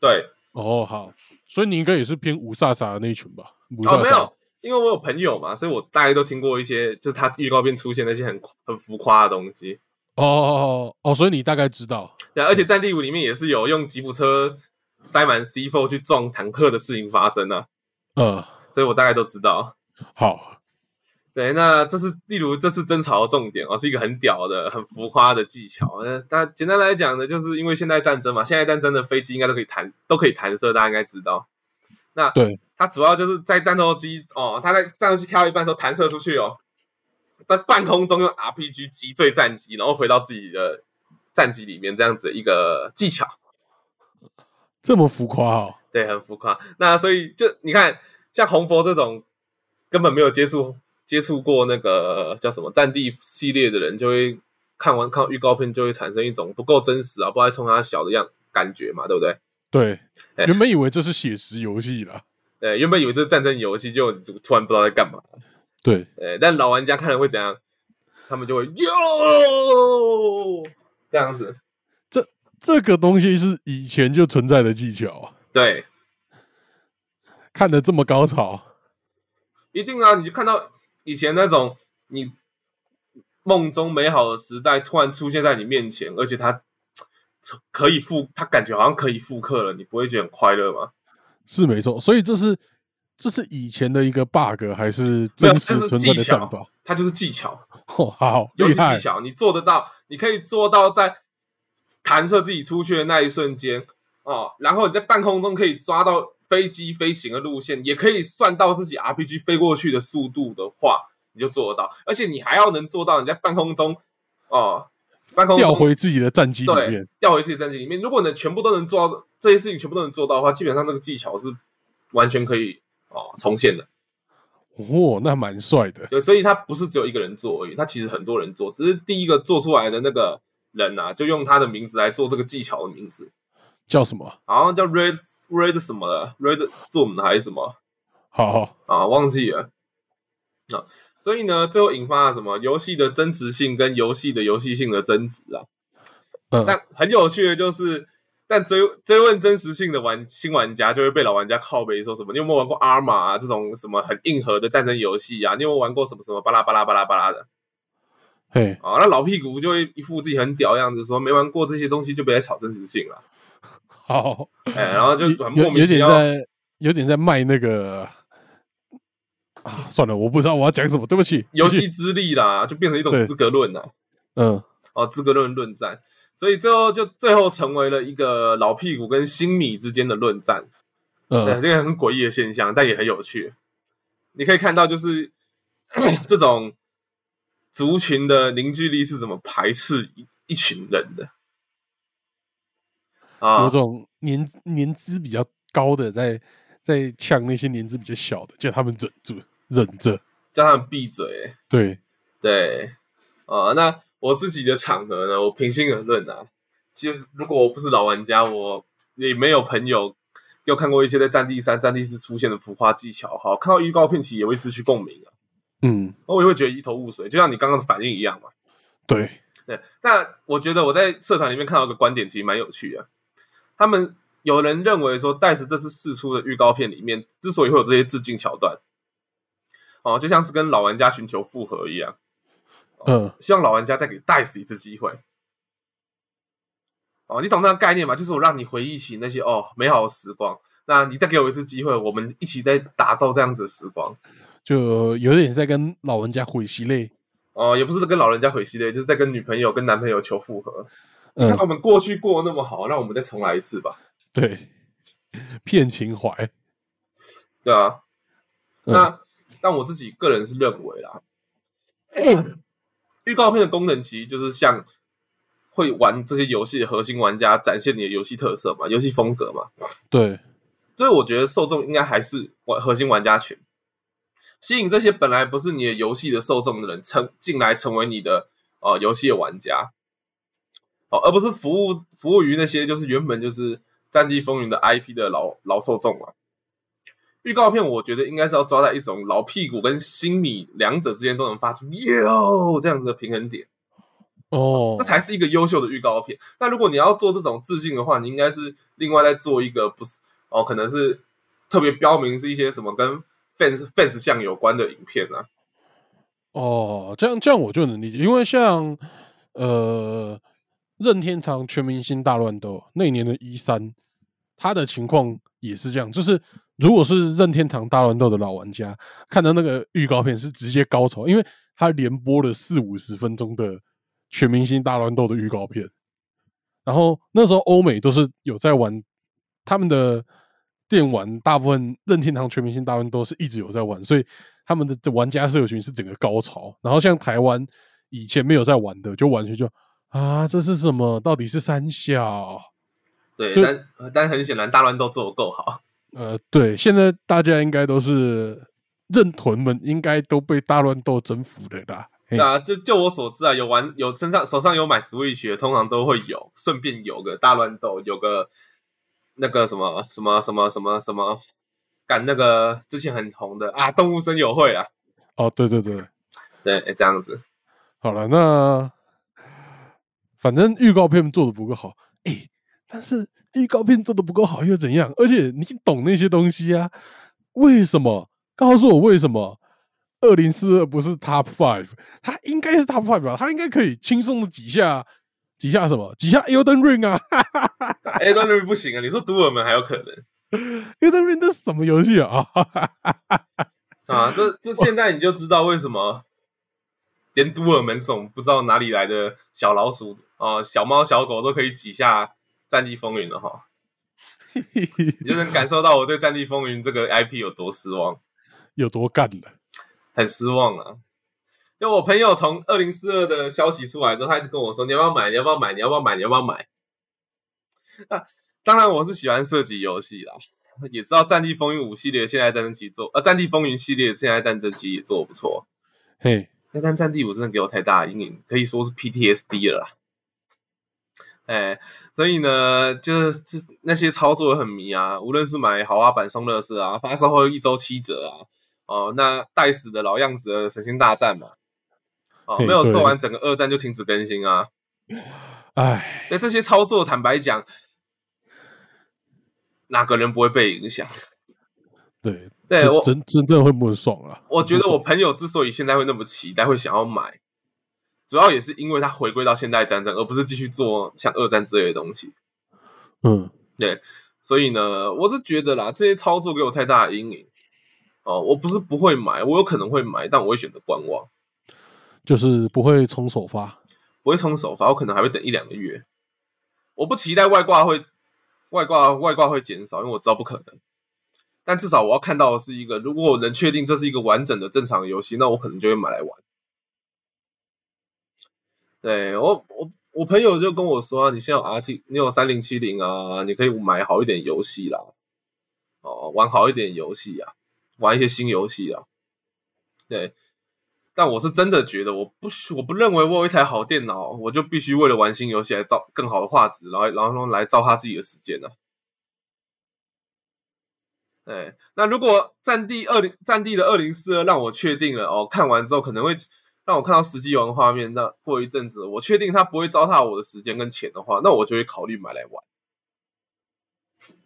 对，哦，好，所以你应该也是偏五煞煞的那一群吧？五煞哦，煞没有，因为我有朋友嘛，所以我大概都听过一些，就是他预告片出现那些很很浮夸的东西。哦哦哦哦，所以你大概知道。对，而且《战地五》里面也是有用吉普车塞满 C4 去撞坦克的事情发生啊，嗯，所以我大概都知道。好，对，那这是例如这次争吵的重点哦，是一个很屌的、很浮夸的技巧。那那简单来讲呢，就是因为现代战争嘛，现代战争的飞机应该都可以弹，都可以弹射，大家应该知道。那对，它主要就是在战斗机哦，它在战斗机开到一半的时候弹射出去哦，在半空中用 RPG 击坠战机，然后回到自己的战机里面，这样子一个技巧。这么浮夸哦。对，很浮夸。那所以就你看，像红佛这种根本没有接触接触过那个叫什么战地系列的人，就会看完看预告片就会产生一种不够真实啊，不爱冲他小的样感觉嘛，对不对？对，哎原本以为这是写实游戏啦。对，原本以为这是战争游戏，就突然不知道在干嘛。对，呃，但老玩家看了会怎样？他们就会哟这样子。这个东西是以前就存在的技巧啊，对，看得这么高潮。一定啊！你就看到以前那种你梦中美好的时代突然出现在你面前，而且它可以复，它感觉好像可以复刻了，你不会觉得很快乐吗？是没错，所以这是这是以前的一个 bug，还是没有真实这是存在的技巧战法？ *laughs* 它就是技巧，哦，好游厉戏害技！巧，你做得到，你可以做到在弹射自己出去的那一瞬间哦，然后你在半空中可以抓到飞机飞行的路线，也可以算到自己 RPG 飞过去的速度的话，你就做得到，而且你还要能做到你在半空中哦，半空中调回自己的战机里对面，调回自己战绩里面。如果你全部都能做到这些事情，全部都能做到的话，基本上这个技巧是完全可以哦重现的。哦，那蛮帅的。对，所以他不是只有一个人做而已，他其实很多人做，只是第一个做出来的那个人啊，就用他的名字来做这个技巧的名字，叫什么？好像叫 Red Red 什么的，Red Zoom 还是什么好好啊，忘记了。啊，所以呢，最后引发了什么游戏的真实性跟游戏的游戏性的争执啊。嗯，但很有趣的就是，但追追问真实性的玩新玩家就会被老玩家靠背说什么，你有没有玩过 Arma 啊这种什么很硬核的战争游戏啊？你有没有玩过什么什么巴拉巴拉巴拉巴拉的？嘿，啊，那老屁股就会一副自己很屌的样子，说没玩过这些东西就别来吵真实性了。好，哎， *laughs* 然后就有很莫有名有其点妙。在有点在卖那个啊，算了，我不知道我要讲什么，对不起，游继续戏资历啦，就变成一种对资格论啦，嗯，哦，资格论论战，所以最后就最后成为了一个老屁股跟新米之间的论战，对，嗯，这个很诡异的现象，但也很有趣。你可以看到，就是 *coughs* 这种族群的凝聚力是怎么排斥一一群人的啊，有种年年资比较高的在在呛那些年资比较小的，叫他们忍住，忍着。叫他们闭嘴、对，对，啊、那我自己的场合呢，我平心而论啊，就是如果我不是老玩家，我也没有朋友，又看过一些在《战地三》《战地四》出现的浮夸技巧，好看到预告片其实也会失去共鸣啊，嗯，那我也会觉得一头雾水，就像你刚刚的反应一样嘛。对，对，但我觉得我在社团里面看到一个观点，其实蛮有趣的。他们有人认为说，戴斯这次试出的预告片里面，之所以会有这些致敬桥段，哦，就像是跟老玩家寻求复合一样，嗯，希望老玩家再给戴斯一次机会。哦，你懂那个概念吗？就是我让你回忆起那些哦美好的时光，那你再给我一次机会，我们一起再打造这样子的时光。就有点在跟老人家混系列。哦，也不是跟老人家回系列，就是在跟女朋友、跟男朋友求复合。你嗯看，我们过去过得那么好，让我们再重来一次吧。对，骗情怀。对啊，嗯那但我自己个人是认为啦，预告片的功能其实就是向会玩这些游戏的核心玩家展现你的游戏特色嘛，游戏风格嘛。对，所以我觉得受众应该还是玩核心玩家群，吸引这些本来不是你的游戏的受众的人成进来成为你的呃游戏的玩家，哦，而不是服务服务于那些就是原本就是《战地风云》的 IP 的老老受众啊。预告片我觉得应该是要抓在一种老屁股跟新米两者之间都能发出 “yo” 这样子的平衡点。哦这，才是一个优秀的预告片。那如果你要做这种致敬的话，你应该是另外再做一个，不是哦，可能是特别标明是一些什么跟 fans fans 像有关的影片啊。哦，这样这样我就能理解，因为像呃任天堂全明星大乱斗那一年的一三，他的情况也是这样，就是如果是任天堂大乱斗的老玩家，看到那个预告片是直接高潮，因为他连播了四五十分钟的全明星大乱斗的预告片，然后那时候欧美都是有在玩他们的电玩，大部分任天堂全明星大乱斗是一直有在玩，所以他们的这玩家社群是整个高潮。然后像台湾以前没有在玩的，就完全就啊，这是什么？到底是三小？对，就但呃但很显然大乱斗做得够好。呃，对，现在大家应该都是认屯们，应该都被大乱斗征服了啦。嘿那就就我所知啊，有玩有身上手上有买 Switch 的，通常都会有，顺便有个大乱斗，有个那个什么什么什么什么什么，赶那个之前很红的啊，动物森友会啊，哦，对对对，对，这样 *laughs* 子。好了，那反正预告片做的不够好，诶，但是预告片做的不够好又怎样？而且你懂那些东西啊？为什么？告诉我为什么？二零四二不是 Top Five，它应该是 Top Five 吧？它应该可以轻松的几下，几下什么？几下 Elden Ring 啊哎，当然不行啊，你说独耳门还有可能。 ？Elden Ring 那是什么游戏啊？ *laughs* 啊，这这现在你就知道为什么连都尔门总不知道哪里来的小老鼠啊、小猫、小狗都可以挤下《战地风云》了哈，你就能感受到我对《战地风云》这个 IP 有多失望，有多干了？很失望啊！就我朋友从二零四二的消息出来之后，他一直跟我说：“你要不要买？你要不要买？你要不要买？你要不要买？” *laughs* 那当然，我是喜欢射击游戏啦，也知道《战地风云五》系列现在战争期做，呃，《战地风云》系列现在战争期也做得不错。嘿，那但战地五真的给我太大的阴影，可以说是 PTSD 了啦。哎，所以呢，就是这那些操作也很迷啊，无论是买豪华版送乐视啊，发售后一周七折啊，哦，那带死的老样子的神仙大战嘛，哦，嘿没有做对完整个二战就停止更新啊，哎，那这些操作，坦白讲，哪个人不会被影响？对，对这我真真正会不爽啊了。我觉得不我爽朋友之所以现在会那么期待，会想要买，主要也是因为他回归到现代战争，而不是继续做像二战之类的东西。嗯，所以呢，我是觉得啦，这些操作给我太大的阴影。哦，我不是不会买，我有可能会买，但我会选择观望，就是不会冲首发。不会冲首发，我可能还会等一两个月。我不期待外挂会外挂外挂会减少，因为我知道不可能。但至少我要看到的是一个，如果我能确定这是一个完整的正常游戏，那我可能就会买来玩。对我我我朋友就跟我说、啊，你现在有 R T，你有三零七零啊，你可以买好一点游戏啦，哦，玩好一点游戏啊，玩一些新游戏啊。对，但我是真的觉得，我不需我不认为我有一台好电脑，我就必须为了玩新游戏来造更好的画质，然后然后来糟蹋自己的时间呢、啊。对，那如果《战地二零》《战地》的二零四二让我确定了哦，看完之后可能会让我看到实际玩的画面，那过一阵子我确定它不会糟蹋我的时间跟钱的话，那我就会考虑买来玩。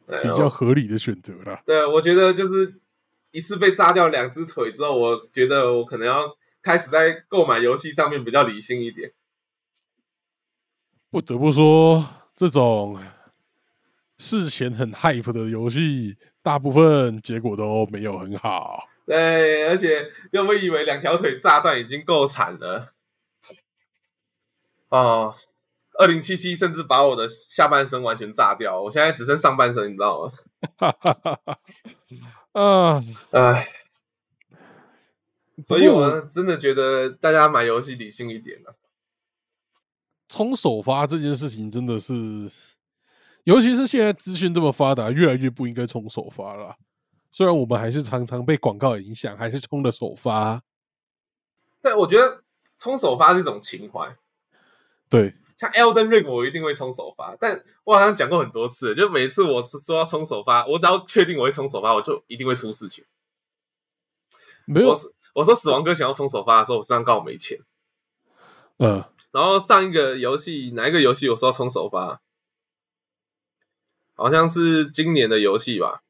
对哦比较合理的选择啦。对，我觉得就是一次被炸掉两只腿之后，我觉得我可能要开始在购买游戏上面比较理性一点。不得不说，这种事前很 hype 的游戏，大部分结果都没有很好。对，而且就我以为两条腿炸断已经够惨了，哦，二零七七甚至把我的下半身完全炸掉，我现在只剩上半身，你知道吗？哈哈哈哈啊，唉，所以不过我真的觉得大家买游戏理性一点啊。从首发这件事情真的是，尤其是现在资讯这么发达，越来越不应该冲首发了。虽然我们还是常常被广告影响，还是冲了首发。但我觉得冲首发是一种情怀，对，像 Elden Ring 我一定会冲首发，但我好像讲过很多次了，就每次我是说要冲首发，我只要确定我会冲首发，我就一定会出事情。没有我，是我说死亡哥想要冲首发的时候，我身上刚好没钱。呃，然后上一个游戏哪一个游戏有说要冲首发？好像是今年的游戏吧，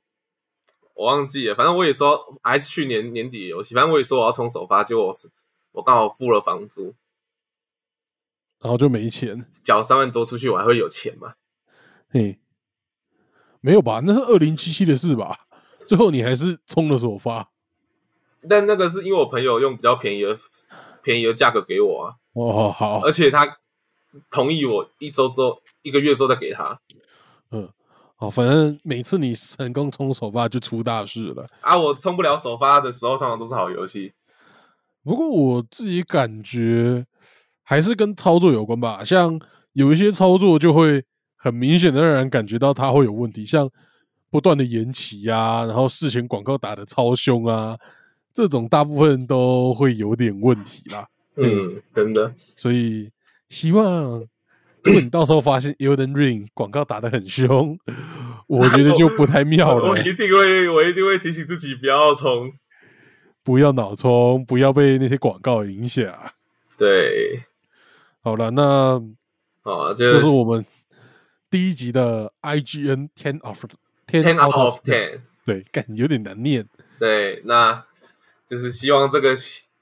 我忘记了。反正我也说还是去年年底的游戏，反正我也说我要冲首发，结果我是我刚好付了房租，然后就没钱。缴三万多出去，我还会有钱吗？嘿，没有吧？那是二零七七的事吧？最后你还是冲了首发但那个是因为我朋友用比较便宜的便宜的价格给我啊，哦，好，而且他同意我一周之后一个月之后再给他嗯，好，反正每次你成功冲首发就出大事了。啊。我冲不了首发的时候，通常都是好游戏。不过我自己感觉还是跟操作有关吧，像有一些操作就会很明显的让人感觉到它会有问题，像不断的延期呀、然后事前广告打的超凶啊，这种大部分都会有点问题啦。嗯，真的。所以希望如果你到时候发现 Elden Ring 广告打的很凶， *laughs* 我觉得就不太妙了 *laughs* 我。一定会，我一定会提醒自己不要冲。不要脑冲，不要被那些广告影响。对，好了，那啊，就就是是我们第一集的 IGN Ten of Ten ten out out of of ten。对，干有点难念。对，那就是希望这个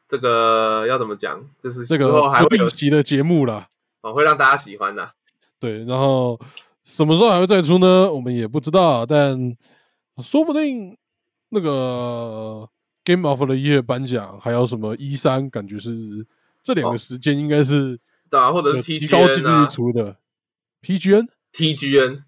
这个要怎么讲，就是这之个后还不会有定期的节目啦，哦，会让大家喜欢的。对，然后什么时候还会再出呢？我们也不知道，但说不定那个 Game of the Year 颁奖还有什么一三，感觉是这两哦个时间应该是对啊，或者有是极高几 TGN 率啊出的 PGN ，TGN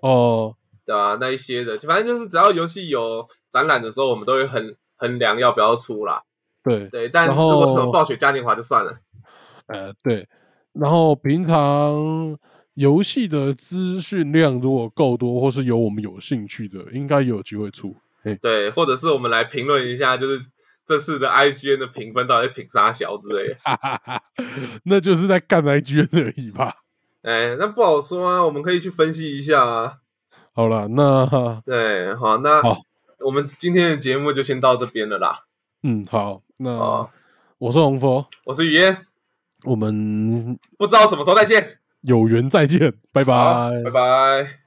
哦。对啊，那一些的，反正就是只要游戏有展览的时候，我们都会衡衡量要不要出啦。对，对，但如然后果什么暴雪嘉年华就算了。呃，对，然后平常游戏的资讯量如果够多，或是有我们有兴趣的，应该也有机会出。 *laughs* 嘿，对，或者是我们来评论一下，就是这次的 IGN 的评分到底评啥小之类的。哈哈哈，那就是在干 IGN 而已吧。哎，那不好说啊，我们可以去分析一下啊。好了，那对，好，那好我们今天的节目就先到这边了啦。嗯，好，那、哦，我是洪佛，我是雨嫣，我们不知道什么时候再见，有缘再见，拜好拜拜。拜。